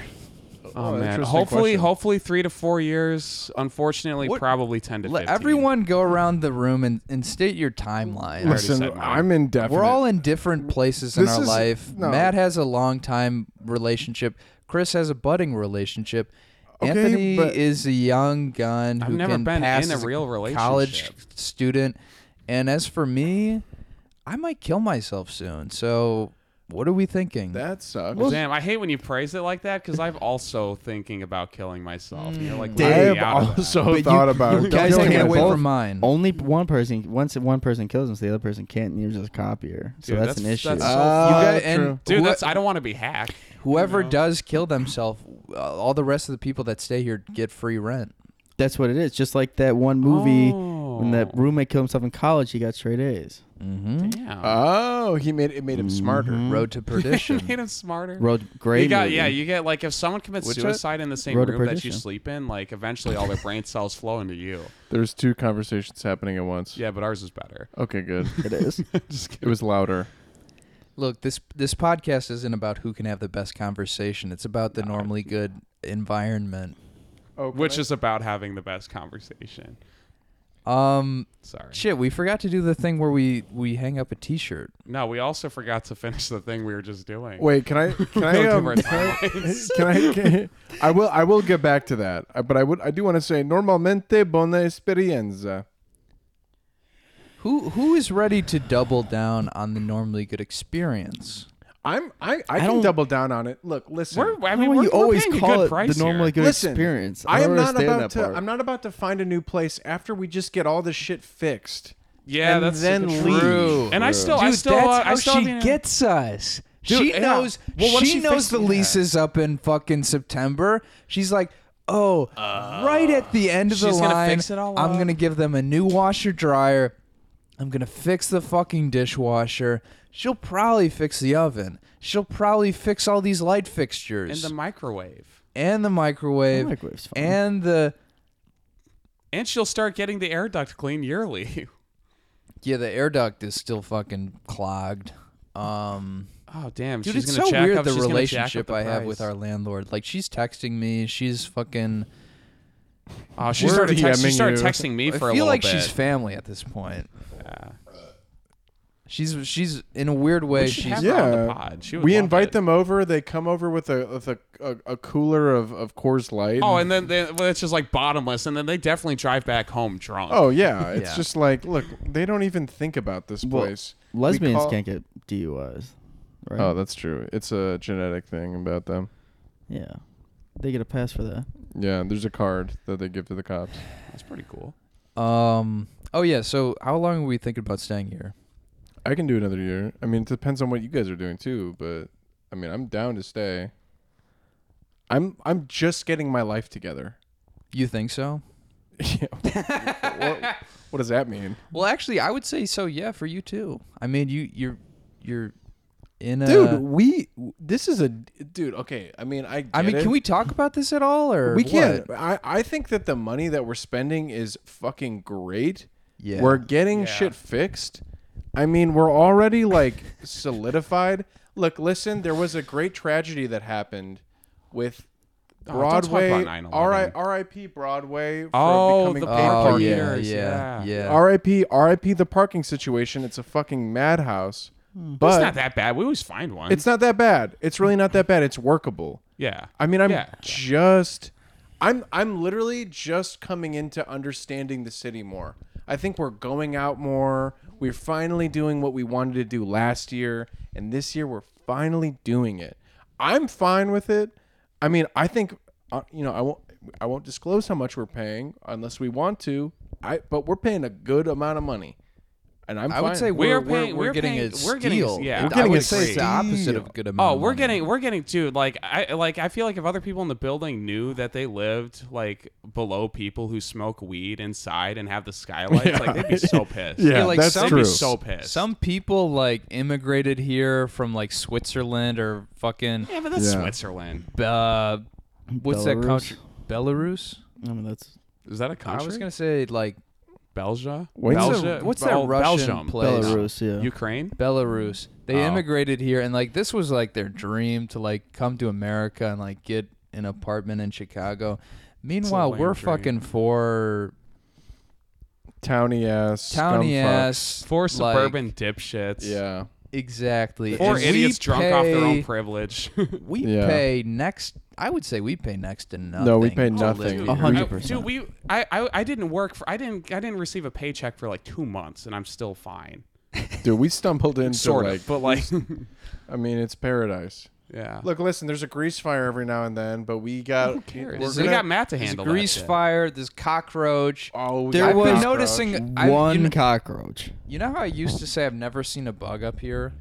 Speaker 2: Oh, man.
Speaker 3: interesting
Speaker 2: Hopefully,
Speaker 3: question.
Speaker 2: hopefully three to four years. Unfortunately,
Speaker 1: What-
Speaker 2: probably ten to
Speaker 1: Let
Speaker 2: fifteen.
Speaker 1: everyone go around the room and, and state your timeline.
Speaker 2: already
Speaker 3: Listen,
Speaker 2: said mine.
Speaker 3: I'm indefinite.
Speaker 1: We're all in different places in
Speaker 3: This
Speaker 1: our
Speaker 3: is-
Speaker 1: life.
Speaker 3: no.
Speaker 1: Matt has a long time relationship. Chris has a budding relationship.
Speaker 3: Okay,
Speaker 1: Anthony
Speaker 3: but-
Speaker 1: is a young gun
Speaker 2: I've
Speaker 1: who
Speaker 2: never
Speaker 1: can
Speaker 2: been
Speaker 1: pass
Speaker 2: in a
Speaker 1: as
Speaker 2: real
Speaker 1: college
Speaker 2: relationship.
Speaker 1: student. And as for me, I might kill myself soon. So what are we thinking?
Speaker 3: That sucks.
Speaker 2: Damn, I hate when you praise it like that because I'm also thinking about killing myself. You're like,
Speaker 3: I
Speaker 2: way
Speaker 3: have
Speaker 2: out of that.
Speaker 3: also
Speaker 4: But you-
Speaker 3: thought about
Speaker 4: you guys
Speaker 3: killing
Speaker 1: Take it
Speaker 4: can't
Speaker 3: myself.
Speaker 1: away
Speaker 4: both-
Speaker 1: from mine.
Speaker 4: Only one person. Once one person kills him, so the other person can't, and you're just a copier. So
Speaker 2: Dude,
Speaker 4: that's, an issue.
Speaker 2: that's so
Speaker 3: Uh,
Speaker 1: You
Speaker 3: Oh,
Speaker 1: got- and
Speaker 3: true.
Speaker 2: Dude,
Speaker 1: who-
Speaker 2: that's I don't want to be hacked.
Speaker 1: whoever
Speaker 2: you know?
Speaker 1: does kill themselves, uh, all the rest of the people that stay here get free rent.
Speaker 4: that's what it is. Just like that one movie when that
Speaker 2: Oh.
Speaker 4: roommate killed himself in college, he got straight A's.
Speaker 1: Mm-hmm.
Speaker 2: Damn.
Speaker 3: Oh, he made it made him smarter.
Speaker 4: Mhm.
Speaker 1: Road to perdition.
Speaker 2: made him smarter.
Speaker 4: Road great.
Speaker 2: you got
Speaker 4: movie.
Speaker 2: yeah, you get like if someone commits
Speaker 1: Which, uh,
Speaker 2: suicide in the same
Speaker 4: Road to
Speaker 2: room that you
Speaker 4: Perdition.
Speaker 2: sleep in, like eventually all their brain cells flow into you.
Speaker 7: There's two conversations happening at once.
Speaker 2: Yeah, but ours is better.
Speaker 7: Okay, good.
Speaker 4: it is.
Speaker 2: Just
Speaker 7: It was louder.
Speaker 1: Look, this this podcast isn't about who can have the best conversation. It's about the normally good environment.
Speaker 3: Oh,
Speaker 2: Which is about having the best conversation.
Speaker 1: Um,
Speaker 2: Sorry.
Speaker 1: shit, we forgot to do the thing where we we hang up a T-shirt.
Speaker 2: No, we also forgot to finish the thing we were just doing.
Speaker 3: wait. Can I? Can I?
Speaker 2: Don't give
Speaker 3: um,
Speaker 2: her
Speaker 3: can I-
Speaker 2: timelines.
Speaker 3: can I? Can, I will. I will get back to that. Uh, But I would. I do want to say normalmente buona esperienza.
Speaker 1: Who who is ready to double down on the normally good experience?
Speaker 3: I'm. I. I,
Speaker 4: I
Speaker 3: can
Speaker 4: don't-
Speaker 3: double down on it. Look. Listen.
Speaker 2: We're, I
Speaker 4: I mean,
Speaker 2: mean, we're,
Speaker 4: you
Speaker 2: we're
Speaker 4: always
Speaker 2: paying a
Speaker 4: call
Speaker 2: good
Speaker 4: it
Speaker 2: price
Speaker 4: the normally
Speaker 2: here.
Speaker 4: good
Speaker 3: Listen,
Speaker 4: experience. I,
Speaker 3: I am
Speaker 4: don't
Speaker 3: not
Speaker 4: understand
Speaker 3: about to.
Speaker 4: that part.
Speaker 3: I'm not about to find a new place after we just get all this shit fixed.
Speaker 2: Yeah,
Speaker 3: and
Speaker 2: that's
Speaker 3: then
Speaker 2: true.
Speaker 3: leave.
Speaker 2: And I still, I
Speaker 1: Dude,
Speaker 2: still,
Speaker 1: that's
Speaker 2: uh,
Speaker 1: how
Speaker 2: I still
Speaker 1: she
Speaker 2: haven't-
Speaker 1: gets us.
Speaker 2: Dude,
Speaker 1: she
Speaker 2: yeah.
Speaker 1: knows.
Speaker 2: Well, what
Speaker 1: she,
Speaker 2: if she
Speaker 1: knows
Speaker 2: fixed-
Speaker 1: the lease is up in fucking September. She's like, oh, right at the end of the
Speaker 2: she's
Speaker 1: line,
Speaker 2: gonna fix it all
Speaker 1: I'm
Speaker 2: up.
Speaker 1: gonna give them a new washer dryer. I'm gonna fix the fucking dishwasher. She'll probably fix the oven. She'll probably fix all these light
Speaker 2: in
Speaker 1: fixtures
Speaker 2: the microwave.
Speaker 1: and the microwave,
Speaker 4: The microwave's fine.
Speaker 1: and the
Speaker 2: And she'll start getting the air duct cleaned yearly.
Speaker 1: yeah, the air duct is still fucking clogged. Um.
Speaker 2: Oh damn,
Speaker 1: Dude,
Speaker 2: she's
Speaker 1: it's
Speaker 2: gonna
Speaker 1: so
Speaker 2: jack
Speaker 1: weird
Speaker 2: up,
Speaker 1: the
Speaker 2: she's gonna jack
Speaker 1: relationship
Speaker 2: up the
Speaker 1: I have with
Speaker 2: price.
Speaker 1: our landlord. Like she's texting me, she's fucking.
Speaker 2: Oh, she
Speaker 3: We're
Speaker 2: started, text, she
Speaker 3: DMing
Speaker 2: started
Speaker 3: you.
Speaker 2: texting me
Speaker 1: I
Speaker 2: for a
Speaker 1: feel
Speaker 2: little
Speaker 1: like
Speaker 2: bit.
Speaker 1: she's family at this point.
Speaker 2: Yeah.
Speaker 1: She's she's in a weird way.
Speaker 2: We should
Speaker 1: She's
Speaker 2: have her on the
Speaker 3: Yeah.
Speaker 2: pod. She would
Speaker 3: we
Speaker 2: love
Speaker 3: invite
Speaker 2: it.
Speaker 3: them over. They come over with a with a, a, a cooler of, of Coors Light.
Speaker 2: Oh, and then they, well, it's just like bottomless, and then they definitely drive back home drunk.
Speaker 3: oh yeah. It's
Speaker 1: Yeah.
Speaker 3: just like look. They don't even think about this
Speaker 4: Well,
Speaker 3: place. We
Speaker 4: Lesbians
Speaker 3: call-
Speaker 4: can't get DUIs, right?
Speaker 3: Oh, that's true. It's a genetic thing about them.
Speaker 4: yeah, they get a pass for that.
Speaker 3: Yeah, there's a card that they give to the cops.
Speaker 2: that's pretty cool.
Speaker 1: um. Oh yeah. So how long are we thinking about staying here?
Speaker 3: I can do another year. I mean, it depends on what you guys are doing too, but I mean, I'm down to stay. I'm I'm just getting my life together.
Speaker 1: You think so?
Speaker 3: Yeah. what, what does that mean?
Speaker 1: Well, actually, I would say so. Yeah, for you too. I mean, you you're you're
Speaker 4: Uh,
Speaker 1: in a.
Speaker 3: Dude, we this is a dude, okay. I mean, I
Speaker 1: I
Speaker 3: get
Speaker 1: mean,
Speaker 3: it.
Speaker 1: can we talk about this at all, or
Speaker 3: we
Speaker 1: what?
Speaker 3: can. I I think that the money that we're spending is fucking great.
Speaker 1: Yeah.
Speaker 3: We're getting
Speaker 2: Yeah.
Speaker 3: shit fixed. I mean, we're already like solidified. Look, listen, there was a great tragedy that happened with
Speaker 2: Oh, don't talk
Speaker 3: Broadway.
Speaker 2: about 9/11.
Speaker 3: RI RIP Broadway for
Speaker 2: Oh,
Speaker 3: becoming
Speaker 2: the
Speaker 3: gay
Speaker 1: Oh
Speaker 2: parking
Speaker 3: parking.
Speaker 1: yeah,
Speaker 2: years,
Speaker 1: yeah,
Speaker 2: yeah.
Speaker 1: Oh, yeah.
Speaker 3: RIP RIP the parking situation. It's a fucking madhouse. But
Speaker 2: Hmm. it's not that bad. We always find one.
Speaker 3: it's not that bad. It's really not that bad. It's workable.
Speaker 2: yeah.
Speaker 3: I mean, I'm
Speaker 2: Yeah.
Speaker 3: just I'm I'm literally just coming into understanding the city more. I think we're going out more. We're finally doing what we wanted to do last year, and this year we're finally doing it. I'm fine with it. I mean, I think uh, you know, I won't I won't disclose how much we're paying unless we want to. I but we're paying a good amount of money. And I'm
Speaker 1: I would
Speaker 3: fine.
Speaker 1: say
Speaker 2: We're
Speaker 1: we're
Speaker 2: paying-
Speaker 1: we're,
Speaker 2: we're
Speaker 1: getting
Speaker 2: paying-
Speaker 1: a
Speaker 2: we're getting a-
Speaker 1: steal.
Speaker 2: yeah. We're
Speaker 1: I
Speaker 3: getting
Speaker 1: would
Speaker 3: a
Speaker 1: say it's the
Speaker 3: steal.
Speaker 1: opposite of good amount.
Speaker 2: Oh,
Speaker 1: of
Speaker 2: we're
Speaker 1: money.
Speaker 2: getting we're getting too like I like I feel like if other people in the building knew that they lived like below people who smoke weed inside and have the skylights, like they'd be so pissed.
Speaker 3: Yeah,
Speaker 1: Yeah, like
Speaker 3: that's
Speaker 1: some-
Speaker 2: they'd
Speaker 3: true.
Speaker 2: be so pissed.
Speaker 1: Some people like immigrated here from like Switzerland or fucking
Speaker 2: yeah, but that's
Speaker 3: Yeah.
Speaker 2: Switzerland.
Speaker 1: uh, what's that
Speaker 4: Belarus?
Speaker 1: country? Belarus.
Speaker 4: I mean, that's
Speaker 2: Is that a country?
Speaker 1: I was gonna say like
Speaker 2: Belgia.
Speaker 3: When's the-
Speaker 2: Belgia.
Speaker 1: what's that
Speaker 2: Bel-
Speaker 1: Russian
Speaker 2: Belgium.
Speaker 1: place?
Speaker 4: Belarus, yeah.
Speaker 2: Ukraine.
Speaker 1: Belarus. They
Speaker 2: Oh.
Speaker 1: immigrated here and like this was like their dream to like come to America and like get an apartment in Chicago. Meanwhile,
Speaker 2: lame
Speaker 1: we're
Speaker 2: dream.
Speaker 1: fucking for
Speaker 3: towny ass
Speaker 1: towny
Speaker 3: scum fucks.
Speaker 1: ass
Speaker 2: Four
Speaker 1: like,
Speaker 2: suburban dipshits.
Speaker 3: Yeah.
Speaker 1: Exactly. And
Speaker 2: Or
Speaker 1: we
Speaker 2: idiots drunk off their
Speaker 1: pay-
Speaker 2: own privilege.
Speaker 1: We
Speaker 3: Yeah.
Speaker 1: pay next. I would say we pay next to nothing.
Speaker 3: No, we
Speaker 2: Oh,
Speaker 3: pay
Speaker 1: to
Speaker 3: nothing.
Speaker 1: live here.
Speaker 4: A hundred
Speaker 2: I-
Speaker 4: percent.
Speaker 2: Dude, we I, I I didn't work for I didn't I didn't receive a paycheck for like two months and I'm still fine.
Speaker 3: Dude, we stumbled into
Speaker 2: Sort
Speaker 3: like
Speaker 2: of, but like
Speaker 3: I mean, it's paradise.
Speaker 2: yeah.
Speaker 5: Look, listen. There's a grease fire every now and then, but we got.
Speaker 2: Who cares?
Speaker 5: we're
Speaker 2: We
Speaker 5: gonna-
Speaker 2: got Matt to
Speaker 1: There's
Speaker 2: handle. that
Speaker 1: grease
Speaker 2: shit.
Speaker 1: fire. There's cockroach.
Speaker 5: Oh, we
Speaker 4: There
Speaker 5: got
Speaker 1: I've been
Speaker 4: was-
Speaker 5: cockroach.
Speaker 1: noticing I- you
Speaker 4: One
Speaker 1: kn-
Speaker 4: cockroach.
Speaker 1: You know how I used to say I've never seen a bug up here?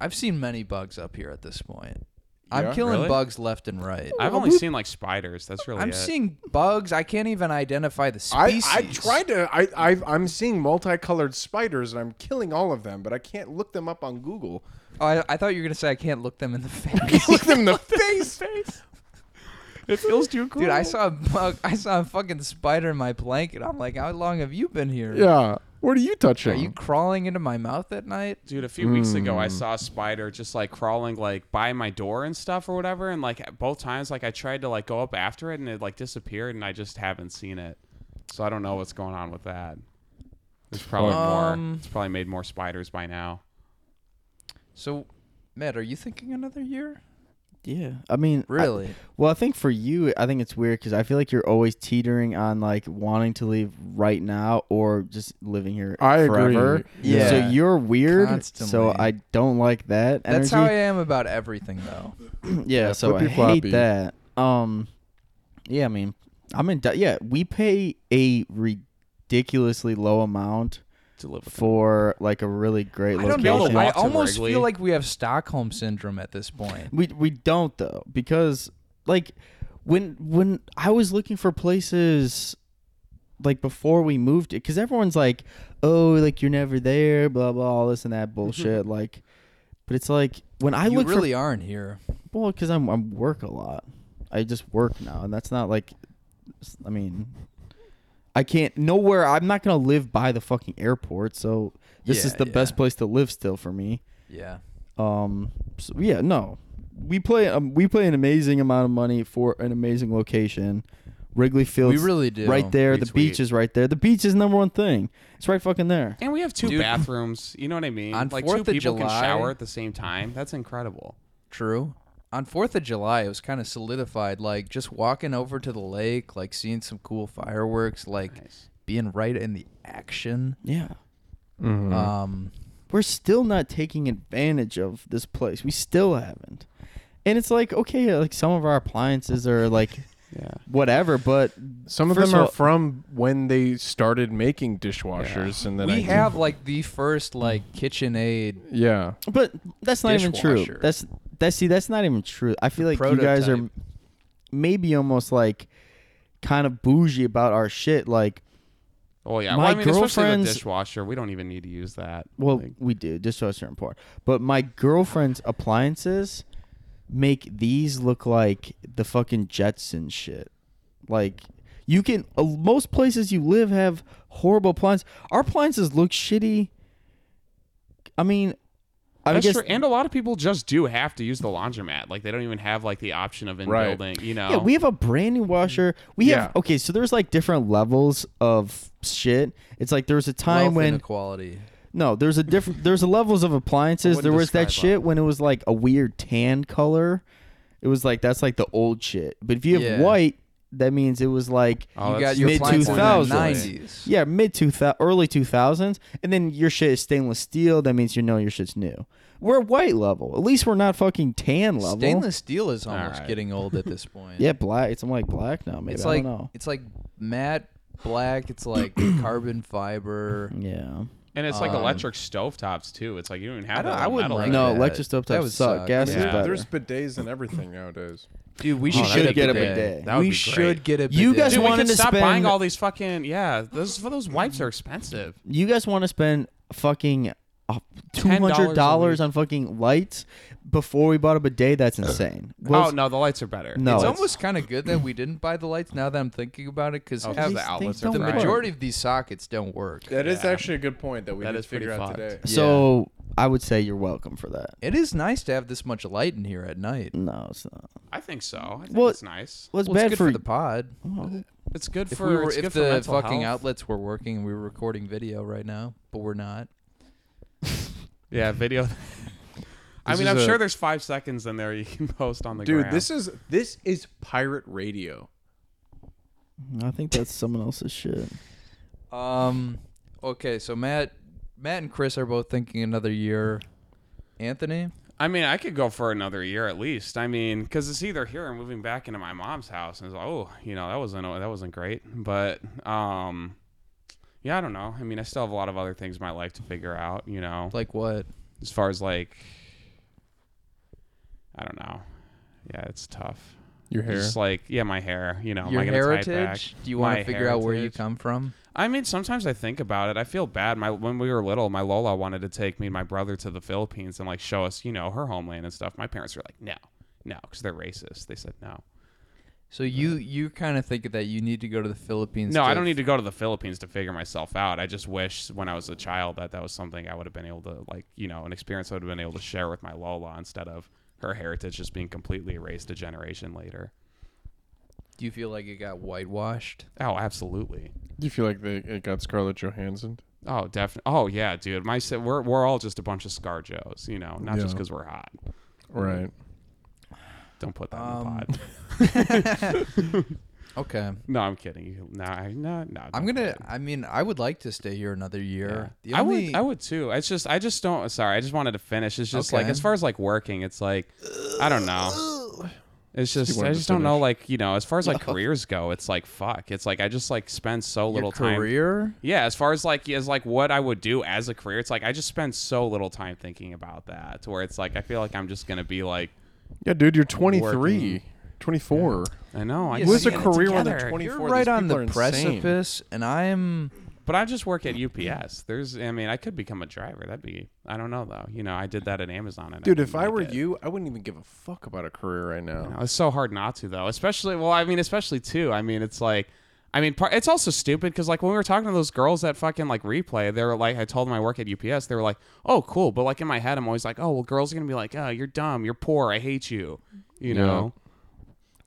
Speaker 1: I've seen many bugs up here at this point. I'm
Speaker 3: Yeah?
Speaker 1: killing
Speaker 2: Really?
Speaker 1: bugs left and right.
Speaker 2: I've only seen like spiders. That's really
Speaker 1: I'm
Speaker 2: it.
Speaker 1: seeing bugs. I can't even identify the
Speaker 5: I,
Speaker 1: species.
Speaker 5: I tried to. I, I I'm seeing multicolored spiders and I'm killing all of them, but I can't look them up on Google.
Speaker 1: Oh, I, I thought you were gonna say I can't look them in the
Speaker 5: I
Speaker 1: face.
Speaker 5: can't look them in the face.
Speaker 2: It feels too cool.
Speaker 1: Dude, I saw a bug. I saw a fucking spider in my blanket. I'm like, how long have you been here?
Speaker 3: Yeah. What are you touching?
Speaker 1: Are you crawling into my mouth at night?
Speaker 2: Dude, a few weeks ago, I saw a spider just like crawling like by my door and stuff or whatever, and like at both times, like I tried to like go up after it and it like disappeared, and I just haven't seen it, so I don't know what's going on with that. There's probably
Speaker 1: Um,
Speaker 2: more. It's probably made more spiders by now.
Speaker 1: So, Matt, are you thinking another year?
Speaker 4: Yeah, I mean, I-
Speaker 1: Really?
Speaker 4: Well, I think for you, I think it's weird because I feel like you're always teetering on like wanting to leave right now or just living here
Speaker 3: I
Speaker 4: forever.
Speaker 3: agree.
Speaker 1: Yeah.
Speaker 4: So you're weird. So
Speaker 1: Constantly.
Speaker 4: I don't like that.
Speaker 1: That's how I
Speaker 4: energy.
Speaker 1: am about everything, though.
Speaker 4: yeah.
Speaker 3: Yeah,
Speaker 4: So I
Speaker 3: flippy-floppy.
Speaker 4: hate that. Um. Yeah, I mean, I'm in. debt. yeah, we pay a ridiculously low amount
Speaker 2: To live with.
Speaker 4: for like a really great
Speaker 1: I don't
Speaker 4: location.
Speaker 1: know.
Speaker 2: Location.
Speaker 1: I
Speaker 2: Walk to
Speaker 1: almost
Speaker 2: Wrigley.
Speaker 1: feel like we have Stockholm syndrome at this point.
Speaker 4: We we don't though because like when when I was looking for places like before we moved it because everyone's like oh like you're never there blah blah all this and that bullshit like but it's like when I
Speaker 1: Mm-hmm. you
Speaker 4: look
Speaker 1: really aren't here.
Speaker 4: for well because I'm I'm work a lot I just work now and that's not like s- I mean I can't nowhere I'm not gonna live by the fucking airport so this
Speaker 1: Yeah,
Speaker 4: is the
Speaker 1: yeah.
Speaker 4: best place to live still for me
Speaker 1: Yeah.
Speaker 4: um. So yeah, no, we play um, we play an amazing amount of money for an amazing location. Wrigley Field.
Speaker 1: We really do.
Speaker 4: Right there,
Speaker 2: Pretty
Speaker 4: the beach
Speaker 2: sweet.
Speaker 4: is right there. The beach is number one thing. It's right fucking there.
Speaker 2: And we have two
Speaker 1: Dude.
Speaker 2: bathrooms. You know what I mean?
Speaker 1: On
Speaker 2: like
Speaker 1: 4th
Speaker 2: two
Speaker 1: of
Speaker 2: people
Speaker 1: July-
Speaker 2: can shower at the same time. That's incredible.
Speaker 1: True. On 4th of July, it was kind of solidified. Like, just walking over to the lake, like, seeing some cool fireworks, like,
Speaker 2: Nice.
Speaker 1: being right in the action.
Speaker 4: Yeah,
Speaker 2: Mm-hmm.
Speaker 1: Um,
Speaker 4: we're still not taking advantage of this place. We still haven't. And it's like okay, like some of our appliances are like
Speaker 2: Yeah.
Speaker 4: whatever, but
Speaker 5: Some of
Speaker 4: First of
Speaker 5: them are
Speaker 4: all-
Speaker 5: from when they started making dishwashers, and then I
Speaker 1: we have, like, the first, like, KitchenAid.
Speaker 3: Yeah.
Speaker 4: But that's not even true.
Speaker 1: Dishwasher.
Speaker 4: That's that's see, that's not even true. I feel like you guys are
Speaker 1: prototype.
Speaker 4: maybe almost like kind of bougie about our shit. Like,
Speaker 2: Oh yeah.
Speaker 4: My
Speaker 2: well, I mean, especially the
Speaker 4: girlfriend's-
Speaker 2: dishwasher, we don't even need to use that.
Speaker 4: well,
Speaker 2: Like,
Speaker 4: we do dishwasher and pour. But my girlfriend's appliances make these look like the fucking Jetson shit. Like you can uh, most places you live have horrible appliances. Our appliances look shitty. I mean, I
Speaker 2: that's
Speaker 4: guess
Speaker 2: true. And a lot of people just do have to use the laundromat. Like they don't even have like the option of in
Speaker 5: Right.
Speaker 2: building. You know.
Speaker 4: Yeah, we have a brand new washer. We have
Speaker 5: Yeah.
Speaker 4: okay, so there's like different levels of shit. It's like there was a time
Speaker 1: wealth
Speaker 4: when
Speaker 1: inequality.
Speaker 4: no, there's a different there's a levels of appliances.
Speaker 2: wouldn't
Speaker 4: There was that
Speaker 2: describe
Speaker 4: shit when it was like a weird tan color. It was like that's like the old shit. But if you have
Speaker 1: Yeah.
Speaker 4: white, that means it was like
Speaker 2: Oh,
Speaker 1: you
Speaker 2: that's
Speaker 1: got your appliances in the
Speaker 4: mid-2000s.
Speaker 1: 90s.
Speaker 4: yeah, mid two thousand, early two thousands, and then your shit is stainless steel. That means you know your shit's new. We're white level. At least we're not fucking tan level.
Speaker 1: Stainless steel is almost
Speaker 2: right.
Speaker 1: getting old at this point.
Speaker 4: Yeah, black. It's I'm like black now. Maybe
Speaker 1: It's
Speaker 4: I
Speaker 1: like
Speaker 4: don't know.
Speaker 1: it's like matte black. It's like carbon fiber.
Speaker 4: Yeah.
Speaker 2: And it's like
Speaker 1: Um,
Speaker 2: electric stovetops too. It's like you don't even have
Speaker 1: I don't-
Speaker 2: that
Speaker 1: I
Speaker 2: little
Speaker 1: wouldn't
Speaker 2: metal
Speaker 1: like
Speaker 2: in
Speaker 4: No,
Speaker 1: that.
Speaker 4: electric stovetop
Speaker 1: That would
Speaker 4: suck.
Speaker 1: suck.
Speaker 4: Gas is
Speaker 2: Yeah.
Speaker 4: better.
Speaker 5: there's bidets and everything nowadays.
Speaker 1: Dude, we
Speaker 2: Oh,
Speaker 1: should
Speaker 2: that'd
Speaker 1: get
Speaker 2: be
Speaker 1: a
Speaker 2: good.
Speaker 1: bidet.
Speaker 2: That would
Speaker 1: we
Speaker 2: be great.
Speaker 1: should get a bidet.
Speaker 4: You guys
Speaker 2: it. Dude, we
Speaker 4: wanted
Speaker 2: could
Speaker 4: to
Speaker 2: stop buying
Speaker 4: spend-
Speaker 2: all these fucking yeah. Those those wipes are expensive.
Speaker 4: you guys want to spend fucking uh, two hundred
Speaker 2: $200
Speaker 4: dollars
Speaker 2: a
Speaker 4: on fucking lights before we bought a bidet? That's insane.
Speaker 2: oh no, the lights are better.
Speaker 4: No,
Speaker 1: it's
Speaker 4: it's-
Speaker 1: almost kind of good that we didn't buy the lights. Now that I'm thinking about it, because
Speaker 2: Oh, 'cause
Speaker 1: half
Speaker 2: the
Speaker 1: the,
Speaker 2: outlets
Speaker 4: they
Speaker 2: are
Speaker 4: don't
Speaker 2: fried.
Speaker 4: work.
Speaker 1: majority of these sockets don't work.
Speaker 5: That is
Speaker 2: Yeah.
Speaker 5: actually a good point that we
Speaker 2: That
Speaker 5: did
Speaker 2: is pretty
Speaker 5: figure out
Speaker 2: fucked.
Speaker 5: today.
Speaker 4: So I would say you're welcome for that.
Speaker 1: It is nice to have this much light in here at night.
Speaker 4: No, it's not.
Speaker 2: I think so. I think
Speaker 4: Well-
Speaker 2: it's nice.
Speaker 4: Well, it's
Speaker 1: Well, it's
Speaker 4: bad
Speaker 1: good for,
Speaker 4: for,
Speaker 1: the pod.
Speaker 2: It's good
Speaker 1: If
Speaker 2: for
Speaker 1: we were,
Speaker 2: it's
Speaker 1: if
Speaker 2: good for
Speaker 1: the
Speaker 2: mental
Speaker 1: fucking
Speaker 2: health.
Speaker 1: outlets were working and we were recording video right now, but we're not.
Speaker 2: Yeah, video. I
Speaker 5: This
Speaker 2: mean,
Speaker 5: is
Speaker 2: I'm
Speaker 5: a-
Speaker 2: sure there's five seconds in there you can post on the
Speaker 5: Dude,
Speaker 2: gram.
Speaker 5: this is this is pirate radio.
Speaker 8: I think that's someone else's shit.
Speaker 1: Um. Okay, so Matt, Matt and Chris are both thinking another year. Anthony,
Speaker 2: I mean, I could go for another year at least. I mean, because it's either here or moving back into my mom's house, and it's like, oh, you know, that wasn't that wasn't great. But um, yeah, I don't know. I mean, I still have a lot of other things in my life to figure out. You know,
Speaker 1: like what?
Speaker 2: as far as like, I don't know. Yeah, it's tough.
Speaker 3: Your
Speaker 2: Just like, yeah, my hair. You know, am
Speaker 1: Your
Speaker 2: I gonna Tie it back?
Speaker 1: heritage? Do you want
Speaker 2: My
Speaker 1: to figure out where you
Speaker 2: heritage?
Speaker 1: come from?
Speaker 2: I mean, sometimes I think about it. I feel bad. My when we were little, my Lola wanted to take me and my brother to the Philippines and like show us, you know, her homeland and stuff. My parents were like, "No, no," because they're racist. They said no.
Speaker 1: So you you kind of think that you need to go to the Philippines.
Speaker 2: No, I don't need to go to the Philippines to figure myself out. I just wish when I was a child that that was something I would have been able to like, you know, an experience I would have been able to share with my Lola instead of her heritage just being completely erased a generation later.
Speaker 1: Do you feel like it got whitewashed?
Speaker 2: Oh, absolutely.
Speaker 3: Do you feel like they it got Scarlett Johansson?
Speaker 2: Oh, definitely. Oh, yeah, dude. My si- we're we're all just a bunch of scar joes, you know, not just just
Speaker 3: Yeah.
Speaker 2: because we're hot.
Speaker 3: Right.
Speaker 2: Don't put that in
Speaker 1: Um,
Speaker 2: the pod.
Speaker 1: Okay.
Speaker 2: No, I'm kidding. You, no, I, no, no.
Speaker 1: I'm
Speaker 2: don't
Speaker 1: gonna.
Speaker 2: kid.
Speaker 1: I mean, I would like to stay here another year.
Speaker 2: Yeah.
Speaker 1: The
Speaker 2: I
Speaker 1: only,
Speaker 2: would. I would too. It's just. I just don't. Sorry. I just wanted to finish. It's just like
Speaker 1: Okay.
Speaker 2: as far as like working. It's like I don't know. It's just.
Speaker 3: wanted
Speaker 2: I
Speaker 3: to
Speaker 2: just don't know.
Speaker 3: finish.
Speaker 2: Like you know, as far as like careers go, it's like fuck. It's like I just like spend so
Speaker 1: your
Speaker 2: little time
Speaker 1: career.
Speaker 2: yeah as far as like as like what i would do as a career it's like i just spend so little time thinking about that to where it's like i feel like i'm just gonna be like
Speaker 3: Yeah, dude, you're 23, 24.
Speaker 2: i know i
Speaker 1: Yeah,
Speaker 2: can
Speaker 1: Who's
Speaker 2: see
Speaker 1: a
Speaker 2: it
Speaker 3: career when they're
Speaker 2: together.
Speaker 3: 20
Speaker 1: You're
Speaker 3: 24,
Speaker 1: right
Speaker 3: these
Speaker 1: on
Speaker 3: people are
Speaker 1: the
Speaker 3: insane.
Speaker 1: precipice, and I'm.
Speaker 2: But I just
Speaker 3: Mm-hmm.
Speaker 2: work at UPS. There's, I mean, I could become a driver. That'd be, I don't know though. You know, I did that at Amazon. And
Speaker 5: Dude,
Speaker 2: didn't
Speaker 5: if I
Speaker 2: like
Speaker 5: were
Speaker 2: it.
Speaker 5: you, I wouldn't even give a
Speaker 3: Fuck about a career right
Speaker 2: You
Speaker 3: now.
Speaker 2: know, it's so hard not to though. Especially, well, I mean, especially too. I mean, it's like, I mean, par- it's also stupid because like when we were talking to those girls that fucking like replay, they were like, I told them I work at UPS. They were like, oh, cool. But like in my head, I'm always like, oh, well, girls are gonna be like, oh, you're dumb, you're poor, I hate you. You
Speaker 3: Yeah.
Speaker 2: know.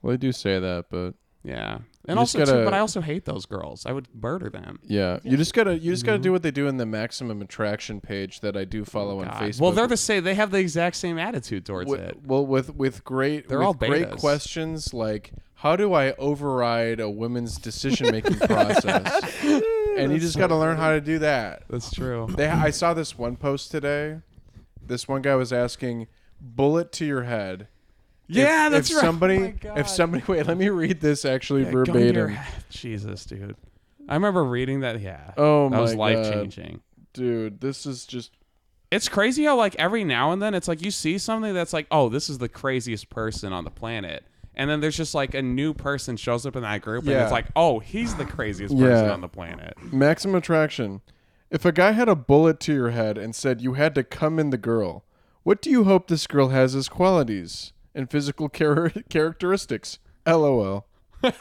Speaker 3: Well, they do say that, but
Speaker 2: Yeah.
Speaker 3: You
Speaker 2: And
Speaker 3: just
Speaker 2: also, too,
Speaker 3: gotta-
Speaker 2: but I also hate those girls. I would murder them.
Speaker 3: yeah, you just gotta you just gotta
Speaker 2: Mm-hmm.
Speaker 3: do what they do in the maximum attraction page that I do follow on
Speaker 2: Oh, God.
Speaker 3: Facebook.
Speaker 2: Well, they're the same. They have the exact same attitude towards
Speaker 3: Wi-
Speaker 2: it.
Speaker 3: well with with great
Speaker 2: They're
Speaker 3: with
Speaker 2: all
Speaker 3: great
Speaker 2: betas.
Speaker 3: questions like how do I override a woman's decision making process? and you just got to learn how to do that.
Speaker 2: That's true.
Speaker 3: They I saw this one post today. This one guy was asking bullet to your head.
Speaker 2: Yeah,
Speaker 3: if,
Speaker 2: that's
Speaker 3: if
Speaker 2: right.
Speaker 3: Somebody,
Speaker 2: Oh my God.
Speaker 3: if somebody, wait, let me read this actually
Speaker 2: Yeah, gun to your
Speaker 3: verbatim.
Speaker 2: head. Jesus, dude. I remember reading that. Yeah.
Speaker 3: Oh
Speaker 2: that
Speaker 3: my
Speaker 2: was
Speaker 3: God.
Speaker 2: life changing.
Speaker 3: dude, this is just
Speaker 2: It's crazy how like every now and then it's like you see something that's like, oh, this is the craziest person on the planet. And then there's just like a new person shows up in that group and
Speaker 3: Yeah.
Speaker 2: it's like, oh, he's the craziest
Speaker 3: Yeah.
Speaker 2: person on the planet.
Speaker 3: maximum attraction. If a guy had a bullet to your head and said you had to come in the girl, what do you hope this girl has as qualities and physical char- characteristics? LOL. Not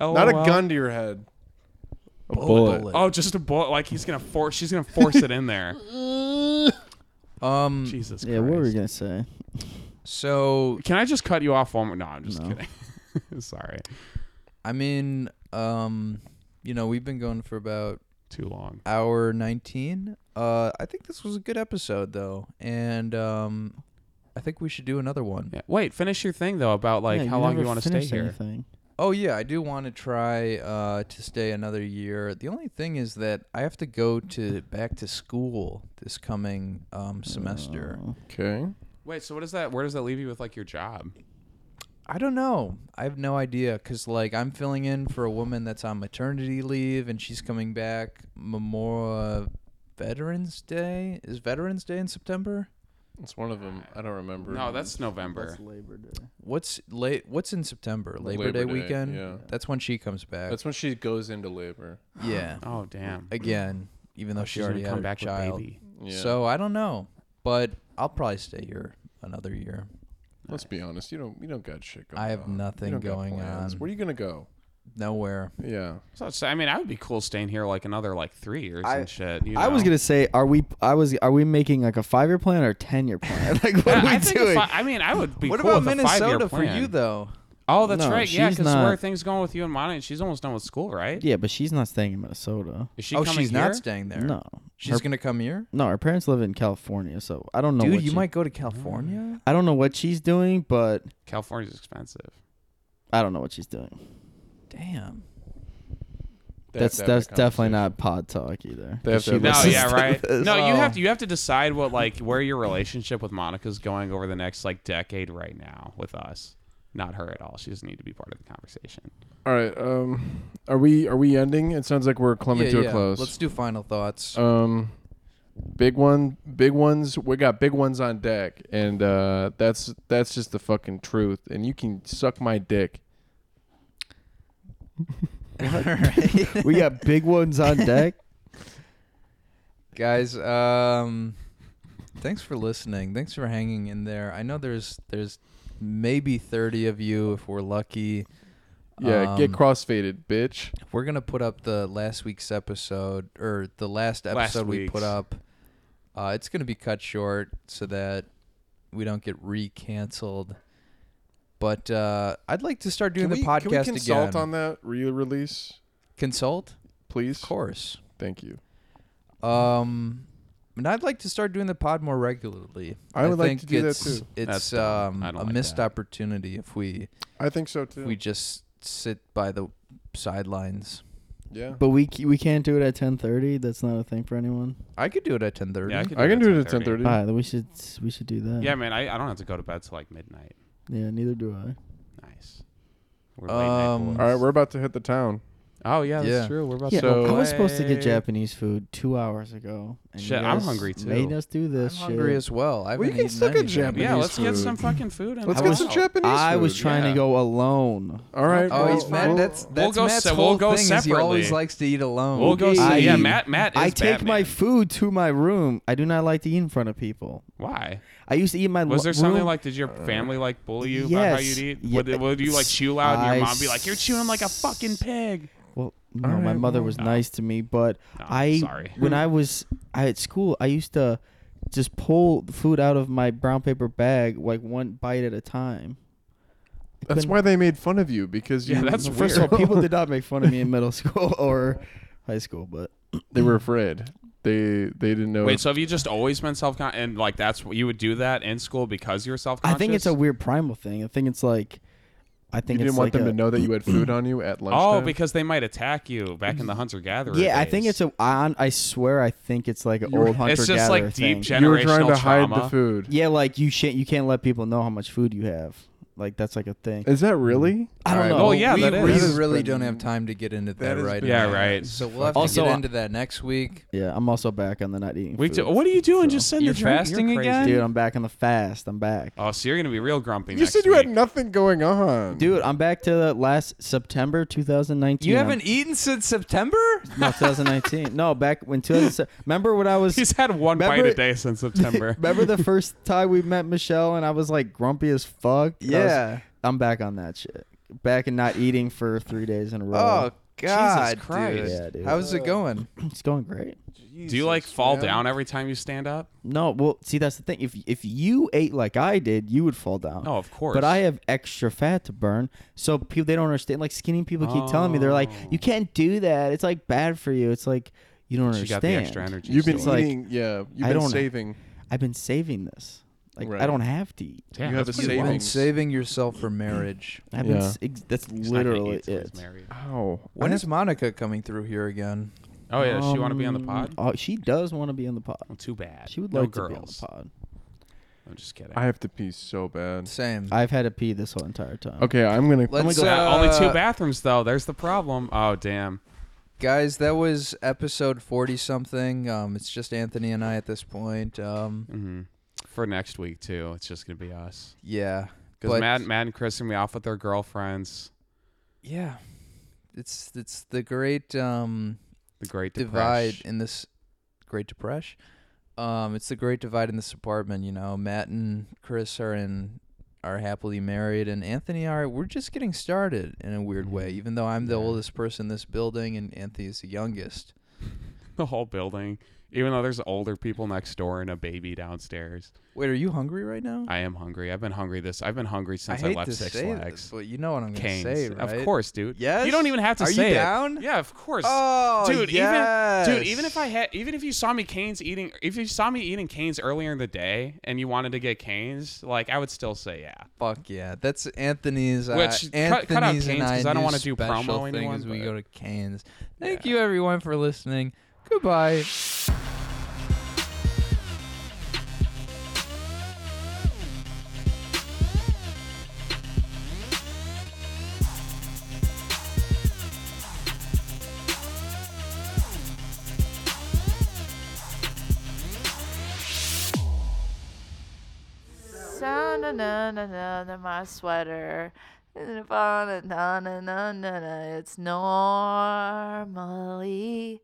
Speaker 3: a
Speaker 2: LOL.
Speaker 3: gun to your head. A
Speaker 1: Bullet.
Speaker 2: Oh, just a bullet. Like he's gonna force. She's gonna force it in there.
Speaker 1: Um.
Speaker 2: Jesus.
Speaker 8: Yeah, what were we
Speaker 2: Christ.
Speaker 8: gonna say?
Speaker 1: So
Speaker 2: Can I just cut you off one more? No, I'm just
Speaker 8: No.
Speaker 2: kidding. Sorry,
Speaker 1: I mean, um, you know, we've been going for about
Speaker 2: too long.
Speaker 1: hour 19. Uh, I think this was a good episode though, and um, I think we should do another one.
Speaker 2: Yeah. Wait, finish your thing though about like
Speaker 8: Yeah,
Speaker 2: how long
Speaker 8: never
Speaker 2: you want to stay
Speaker 8: finished
Speaker 2: here.
Speaker 8: anything.
Speaker 1: Oh yeah, I do want to try uh to stay another year. The only thing is that I have to go to back to school this coming um semester.
Speaker 8: Oh.
Speaker 3: Okay.
Speaker 2: Wait, so what is that? Where does that leave you with like your job?
Speaker 1: I don't know. I have no idea because like I'm filling in for a woman that's on maternity leave and she's coming back Memorial Veterans Day. Is Veterans Day in September?
Speaker 3: It's one of them. I don't remember.
Speaker 2: No, that's November.
Speaker 8: That's Labor Day.
Speaker 1: What's late? What's in September? Labor,
Speaker 3: Labor
Speaker 1: Day,
Speaker 3: Day,
Speaker 1: weekend.
Speaker 3: yeah.
Speaker 1: That's when she comes back.
Speaker 3: That's when she goes into labor.
Speaker 1: yeah.
Speaker 2: Oh damn.
Speaker 1: Again, even though she
Speaker 2: Oh,
Speaker 1: already
Speaker 2: She's gonna
Speaker 1: had
Speaker 2: come
Speaker 1: her
Speaker 2: back
Speaker 1: child.
Speaker 2: with baby.
Speaker 3: Yeah.
Speaker 1: So I don't know, but I'll probably stay here another year.
Speaker 3: let's be honest. You don't. You don't got shit going.
Speaker 1: I have
Speaker 3: on. You
Speaker 1: nothing
Speaker 3: don't got
Speaker 1: going
Speaker 3: plans.
Speaker 1: on.
Speaker 3: Where are you gonna go?
Speaker 1: Nowhere.
Speaker 3: Yeah.
Speaker 2: So, so, I mean, I would be cool staying here like another like three years
Speaker 4: I-
Speaker 2: and shit. You know?
Speaker 8: I was gonna say, are we? I was. Are we making like a five-year plan or a ten-year plan? like, what
Speaker 2: Yeah,
Speaker 8: are we
Speaker 2: I, think if
Speaker 8: doing?
Speaker 2: I, I mean, I would be
Speaker 1: what
Speaker 2: cool
Speaker 1: about
Speaker 2: with a five-year
Speaker 1: Minnesota for
Speaker 2: plan.
Speaker 1: you though?
Speaker 2: Oh, that's
Speaker 1: No,
Speaker 2: right. Yeah,
Speaker 1: she's
Speaker 2: because where
Speaker 1: not-
Speaker 2: things going with you and Monica, she's almost done with school, right?
Speaker 4: Yeah, but she's not staying in Minnesota.
Speaker 2: Is she
Speaker 1: oh,
Speaker 2: coming
Speaker 1: she's
Speaker 2: here?
Speaker 1: not staying there.
Speaker 4: No,
Speaker 1: She's
Speaker 4: Her-
Speaker 1: gonna come here.
Speaker 4: no, her parents live in California, so I don't know.
Speaker 1: Dude,
Speaker 4: what
Speaker 1: you
Speaker 4: she-
Speaker 1: might go to California.
Speaker 4: I don't know what she's doing, but
Speaker 2: California's expensive.
Speaker 4: I don't know what she's doing.
Speaker 1: Damn.
Speaker 3: They have
Speaker 4: that's
Speaker 3: to have
Speaker 4: that's
Speaker 3: that conversation.
Speaker 4: definitely not pod talk either.
Speaker 3: They have to
Speaker 4: She
Speaker 3: have
Speaker 2: No,
Speaker 3: that
Speaker 4: listens
Speaker 2: yeah,
Speaker 4: to
Speaker 2: right.
Speaker 4: this.
Speaker 2: No, you
Speaker 1: Oh.
Speaker 2: have to you have to decide what like where your relationship with Monica's going over the next like decade right now with us. Not her at all. She doesn't need to be part of the conversation.
Speaker 3: All right. Um, are we are we ending? It sounds like we're
Speaker 1: Yeah,
Speaker 3: coming to
Speaker 1: yeah.
Speaker 3: a close.
Speaker 1: Let's do final thoughts.
Speaker 3: Um, big one, big ones. We got big ones on deck, and uh, that's that's just the fucking truth. And you can suck my dick.
Speaker 4: we got big ones on deck.
Speaker 1: guys um thanks for listening thanks for hanging in there i know there's there's maybe 30 of you if we're lucky
Speaker 3: Yeah, get
Speaker 1: Um,
Speaker 3: crossfaded, bitch.
Speaker 1: we're gonna put up the last week's episode or the last episode
Speaker 2: Last
Speaker 1: we
Speaker 2: week's.
Speaker 1: put up uh it's gonna be cut short so that we don't get re-canceled but uh i'd like to start doing
Speaker 3: Can
Speaker 1: the
Speaker 3: we-
Speaker 1: podcast
Speaker 3: can we consult
Speaker 1: again
Speaker 3: on that re-release,
Speaker 1: consult
Speaker 3: please?
Speaker 1: of course
Speaker 3: Thank you.
Speaker 1: um and I'd like to start doing the pod more regularly.
Speaker 3: I would like to
Speaker 1: think
Speaker 3: do that
Speaker 1: it's,
Speaker 3: too.
Speaker 2: That's
Speaker 1: It's
Speaker 2: dumb.
Speaker 1: um,
Speaker 2: I don't
Speaker 1: a
Speaker 2: like
Speaker 1: missed
Speaker 2: that.
Speaker 1: opportunity if we
Speaker 3: I think so
Speaker 1: if
Speaker 3: too.
Speaker 1: we just sit by the sidelines.
Speaker 3: yeah,
Speaker 8: But we c- we can't do it at ten thirty. That's not a thing for anyone.
Speaker 1: I could do it at ten thirty.
Speaker 2: Yeah,
Speaker 3: I can do it at
Speaker 2: 10:30.
Speaker 3: ten thirty.
Speaker 8: Ah, then we should we should do that.
Speaker 2: Yeah, man, I, I don't have to go to bed till like midnight.
Speaker 8: Yeah. Neither do I.
Speaker 2: Nice. We're late night
Speaker 1: Um,
Speaker 2: boys.
Speaker 3: All right, we're about to hit the town.
Speaker 2: Oh yeah, that's
Speaker 1: Yeah.
Speaker 2: true. We're about
Speaker 3: Yeah,
Speaker 2: to
Speaker 3: So-
Speaker 2: go
Speaker 4: I was supposed to get
Speaker 2: away.
Speaker 4: Japanese food two hours ago. and you
Speaker 2: Shit, I'm
Speaker 4: guys
Speaker 2: hungry, too.
Speaker 4: Made us do
Speaker 1: I'm
Speaker 4: this shit.
Speaker 1: hungry as well. I haven't
Speaker 3: We can
Speaker 1: eaten
Speaker 3: still get
Speaker 1: anything.
Speaker 3: Japanese
Speaker 2: Yeah, let's get
Speaker 3: food.
Speaker 2: some fucking food. In
Speaker 3: Let's
Speaker 4: I
Speaker 3: get
Speaker 4: was-
Speaker 3: some Japanese.
Speaker 4: I was
Speaker 3: food.
Speaker 4: trying
Speaker 2: yeah.
Speaker 4: to go alone.
Speaker 3: All right.
Speaker 1: Oh,
Speaker 3: well,
Speaker 1: he's mad.
Speaker 3: well-
Speaker 1: that's
Speaker 2: we'll
Speaker 1: that's
Speaker 2: go
Speaker 1: Matt's
Speaker 2: se- we'll
Speaker 1: whole
Speaker 2: go
Speaker 1: thing is he always
Speaker 2: separately.
Speaker 1: likes to eat alone.
Speaker 2: We'll go.
Speaker 4: I-
Speaker 2: see. Yeah, Matt. Matt. Is
Speaker 4: I take
Speaker 2: Batman.
Speaker 4: my food to my room. I do not like to eat in front of people.
Speaker 2: Why?
Speaker 4: I used to eat in my
Speaker 2: Was
Speaker 4: lo-
Speaker 2: there something
Speaker 4: room. Uh,
Speaker 2: like? Did your family like bully you about how
Speaker 4: Yes.
Speaker 2: you'd eat?
Speaker 4: Yeah,
Speaker 2: Would, they- would you like chew loud and
Speaker 4: I
Speaker 2: your mom be like, "You're chewing like a fucking pig"?
Speaker 4: Well, no,
Speaker 3: All
Speaker 4: my
Speaker 3: right,
Speaker 4: mother
Speaker 3: well-
Speaker 4: was
Speaker 2: No.
Speaker 4: nice to me, but
Speaker 2: No,
Speaker 4: I
Speaker 2: sorry.
Speaker 4: when I was I, at school, I used to just pull the food out of my brown paper bag like one bite at a time. I
Speaker 3: That's
Speaker 4: couldn't-
Speaker 3: why they made fun of you because you
Speaker 2: Yeah, that's weird.
Speaker 4: Well, First of all, people did not make fun of me in middle school or high school, but
Speaker 3: they were afraid. They they didn't know.
Speaker 2: Wait, so have you just always been self conscious? And like that's what you would do that in school because you were self
Speaker 4: I
Speaker 2: conscious?
Speaker 4: think it's a weird primal thing. I think it's like I
Speaker 3: you
Speaker 4: think
Speaker 3: didn't
Speaker 4: it's
Speaker 3: want
Speaker 4: like
Speaker 3: them
Speaker 4: a,
Speaker 3: to know that you had food on you at lunchtime.
Speaker 2: Oh, because they might attack you back in the hunter gatherer.
Speaker 4: Yeah, I think it's a. I, I swear, I think it's like an
Speaker 3: You were-
Speaker 4: old hunter
Speaker 2: It's just
Speaker 4: gatherer
Speaker 2: like
Speaker 4: thing.
Speaker 2: deep
Speaker 3: you were
Speaker 2: generational
Speaker 3: trying to
Speaker 2: trauma.
Speaker 3: hide the food.
Speaker 4: yeah, like you shan't. You can't let people know how much food you have. Like that's like a thing.
Speaker 3: Is that really?
Speaker 4: I don't
Speaker 1: Alright,
Speaker 4: know.
Speaker 2: well, yeah,
Speaker 1: we
Speaker 2: that
Speaker 1: really,
Speaker 2: is.
Speaker 1: really don't
Speaker 3: been-
Speaker 1: have time to get into that,
Speaker 3: that has
Speaker 1: right
Speaker 3: been-
Speaker 1: now.
Speaker 2: Yeah, right.
Speaker 1: So we'll have
Speaker 4: Also, uh,
Speaker 1: to
Speaker 4: I-
Speaker 1: get into that next week.
Speaker 4: Yeah, I'm also back on the not eating.
Speaker 2: We oh,
Speaker 4: food.
Speaker 2: do, what are you doing?
Speaker 4: So-
Speaker 2: Just send
Speaker 1: You're
Speaker 2: the drink.
Speaker 1: fasting
Speaker 2: You're crazy.
Speaker 1: again?
Speaker 4: dude, I'm back on the fast. I'm back.
Speaker 2: Oh, so you're gonna be real grumpy.
Speaker 3: You
Speaker 2: next
Speaker 3: said you had
Speaker 2: week.
Speaker 3: nothing going on.
Speaker 4: Dude, I'm back to the last September 2019.
Speaker 1: You
Speaker 4: I'm-
Speaker 1: haven't eaten since September?
Speaker 4: No, 2019. no, back when 2007. Remember when I was.
Speaker 2: He's had one bite a
Speaker 4: Remember-
Speaker 2: day since September.
Speaker 4: Remember the first time we met Michelle and I was like grumpy as fuck? I was- I'm back on that shit. Back and not eating for three days in a
Speaker 1: Oh
Speaker 4: row.
Speaker 1: God,
Speaker 2: Christ.
Speaker 1: dude.
Speaker 4: Yeah, dude.
Speaker 1: How's it going?
Speaker 4: It's going great.
Speaker 2: Do you like fall down every time you stand up?
Speaker 4: No, well, see, that's the thing. If if you ate like I did, you would fall down.
Speaker 2: Oh, of course.
Speaker 4: But I have extra fat to burn, so people they don't understand. Like skinny people keep telling me, they're like,
Speaker 2: Oh.
Speaker 4: "You can't do that. It's like bad for you." It's like you don't
Speaker 2: She
Speaker 4: understand.
Speaker 2: got the extra energy.
Speaker 3: You've been
Speaker 4: It's like-
Speaker 3: eating. yeah, you've
Speaker 4: I
Speaker 3: been
Speaker 4: don't-
Speaker 3: saving.
Speaker 4: I've been saving this. Like I
Speaker 3: Right.
Speaker 4: don't have to eat.
Speaker 2: Yeah,
Speaker 3: you have
Speaker 2: that's
Speaker 3: a
Speaker 2: pretty
Speaker 1: You've
Speaker 2: wild.
Speaker 1: been
Speaker 3: savings.
Speaker 1: saving yourself for marriage.
Speaker 4: I've
Speaker 3: Yeah.
Speaker 4: been. s- Ex- that's
Speaker 2: He's not gonna
Speaker 4: literally
Speaker 2: eat till he's
Speaker 4: it.
Speaker 2: married.
Speaker 3: Ow.
Speaker 1: When
Speaker 3: I
Speaker 1: is Monica coming through here again?
Speaker 2: Oh yeah, does she want to be on the
Speaker 4: Um,
Speaker 2: pod?
Speaker 4: Oh, she does want to be on the pod.
Speaker 2: Well, too bad.
Speaker 4: She would
Speaker 2: no
Speaker 4: like to be on
Speaker 2: girls.
Speaker 4: the pod.
Speaker 2: I'm just kidding.
Speaker 3: I have to pee so bad.
Speaker 1: Same.
Speaker 4: I've had to pee this whole entire time.
Speaker 3: Okay, I'm gonna.
Speaker 1: Let's
Speaker 2: Yeah, only two
Speaker 1: uh,
Speaker 2: bathrooms though. There's the problem. Oh damn.
Speaker 1: guys. That was episode forty something. Um, it's just Anthony and I at this point. Um,
Speaker 2: hmm For next week too, it's just gonna be us.
Speaker 1: yeah,
Speaker 2: Because
Speaker 1: But-
Speaker 2: Matt, Matt and Chris are gonna be off with their girlfriends.
Speaker 1: yeah. It's it's the great um
Speaker 2: The Great
Speaker 1: divide
Speaker 2: Depression.
Speaker 1: in this Great Depression. Um, it's the great divide in this apartment. You know, Matt and Chris are in are happily married, and Anthony are. We're just getting started in a weird way. Even though I'm the
Speaker 2: Mm-hmm. Yeah.
Speaker 1: oldest person in this building, and Anthony's the youngest.
Speaker 2: the whole building, even though there's older people next door and a baby downstairs.
Speaker 1: Wait, are you hungry right now?
Speaker 2: I am hungry. I've been hungry this. I've been hungry since I,
Speaker 1: hate
Speaker 2: left
Speaker 1: to
Speaker 2: Six
Speaker 1: say
Speaker 2: Flags.
Speaker 1: this, but you know what I'm
Speaker 2: Canes.
Speaker 1: gonna say, right?
Speaker 2: Of course, dude.
Speaker 1: Yes?
Speaker 2: You don't even have to
Speaker 1: Are you
Speaker 2: say it.
Speaker 1: down?
Speaker 2: Yeah, of course.
Speaker 1: Oh,
Speaker 2: dude, even
Speaker 1: yes.
Speaker 2: dude, even if I had even if you saw me canes eating if you saw me eating canes earlier in the day and you wanted to get canes, like I would still say yeah.
Speaker 1: Fuck yeah, that's Anthony's. Uh,
Speaker 2: Which, cut- cut out
Speaker 1: Anthony's and
Speaker 2: Canes, 'cause I
Speaker 1: I
Speaker 2: don't
Speaker 1: new
Speaker 2: wanna do
Speaker 1: special
Speaker 2: promo
Speaker 1: thing
Speaker 2: anyone,
Speaker 1: as we
Speaker 2: but-
Speaker 1: go to Canes. Thank you everyone for listening. Goodbye.
Speaker 9: So na na na na na my sweater. And if I- na na na na na it's normally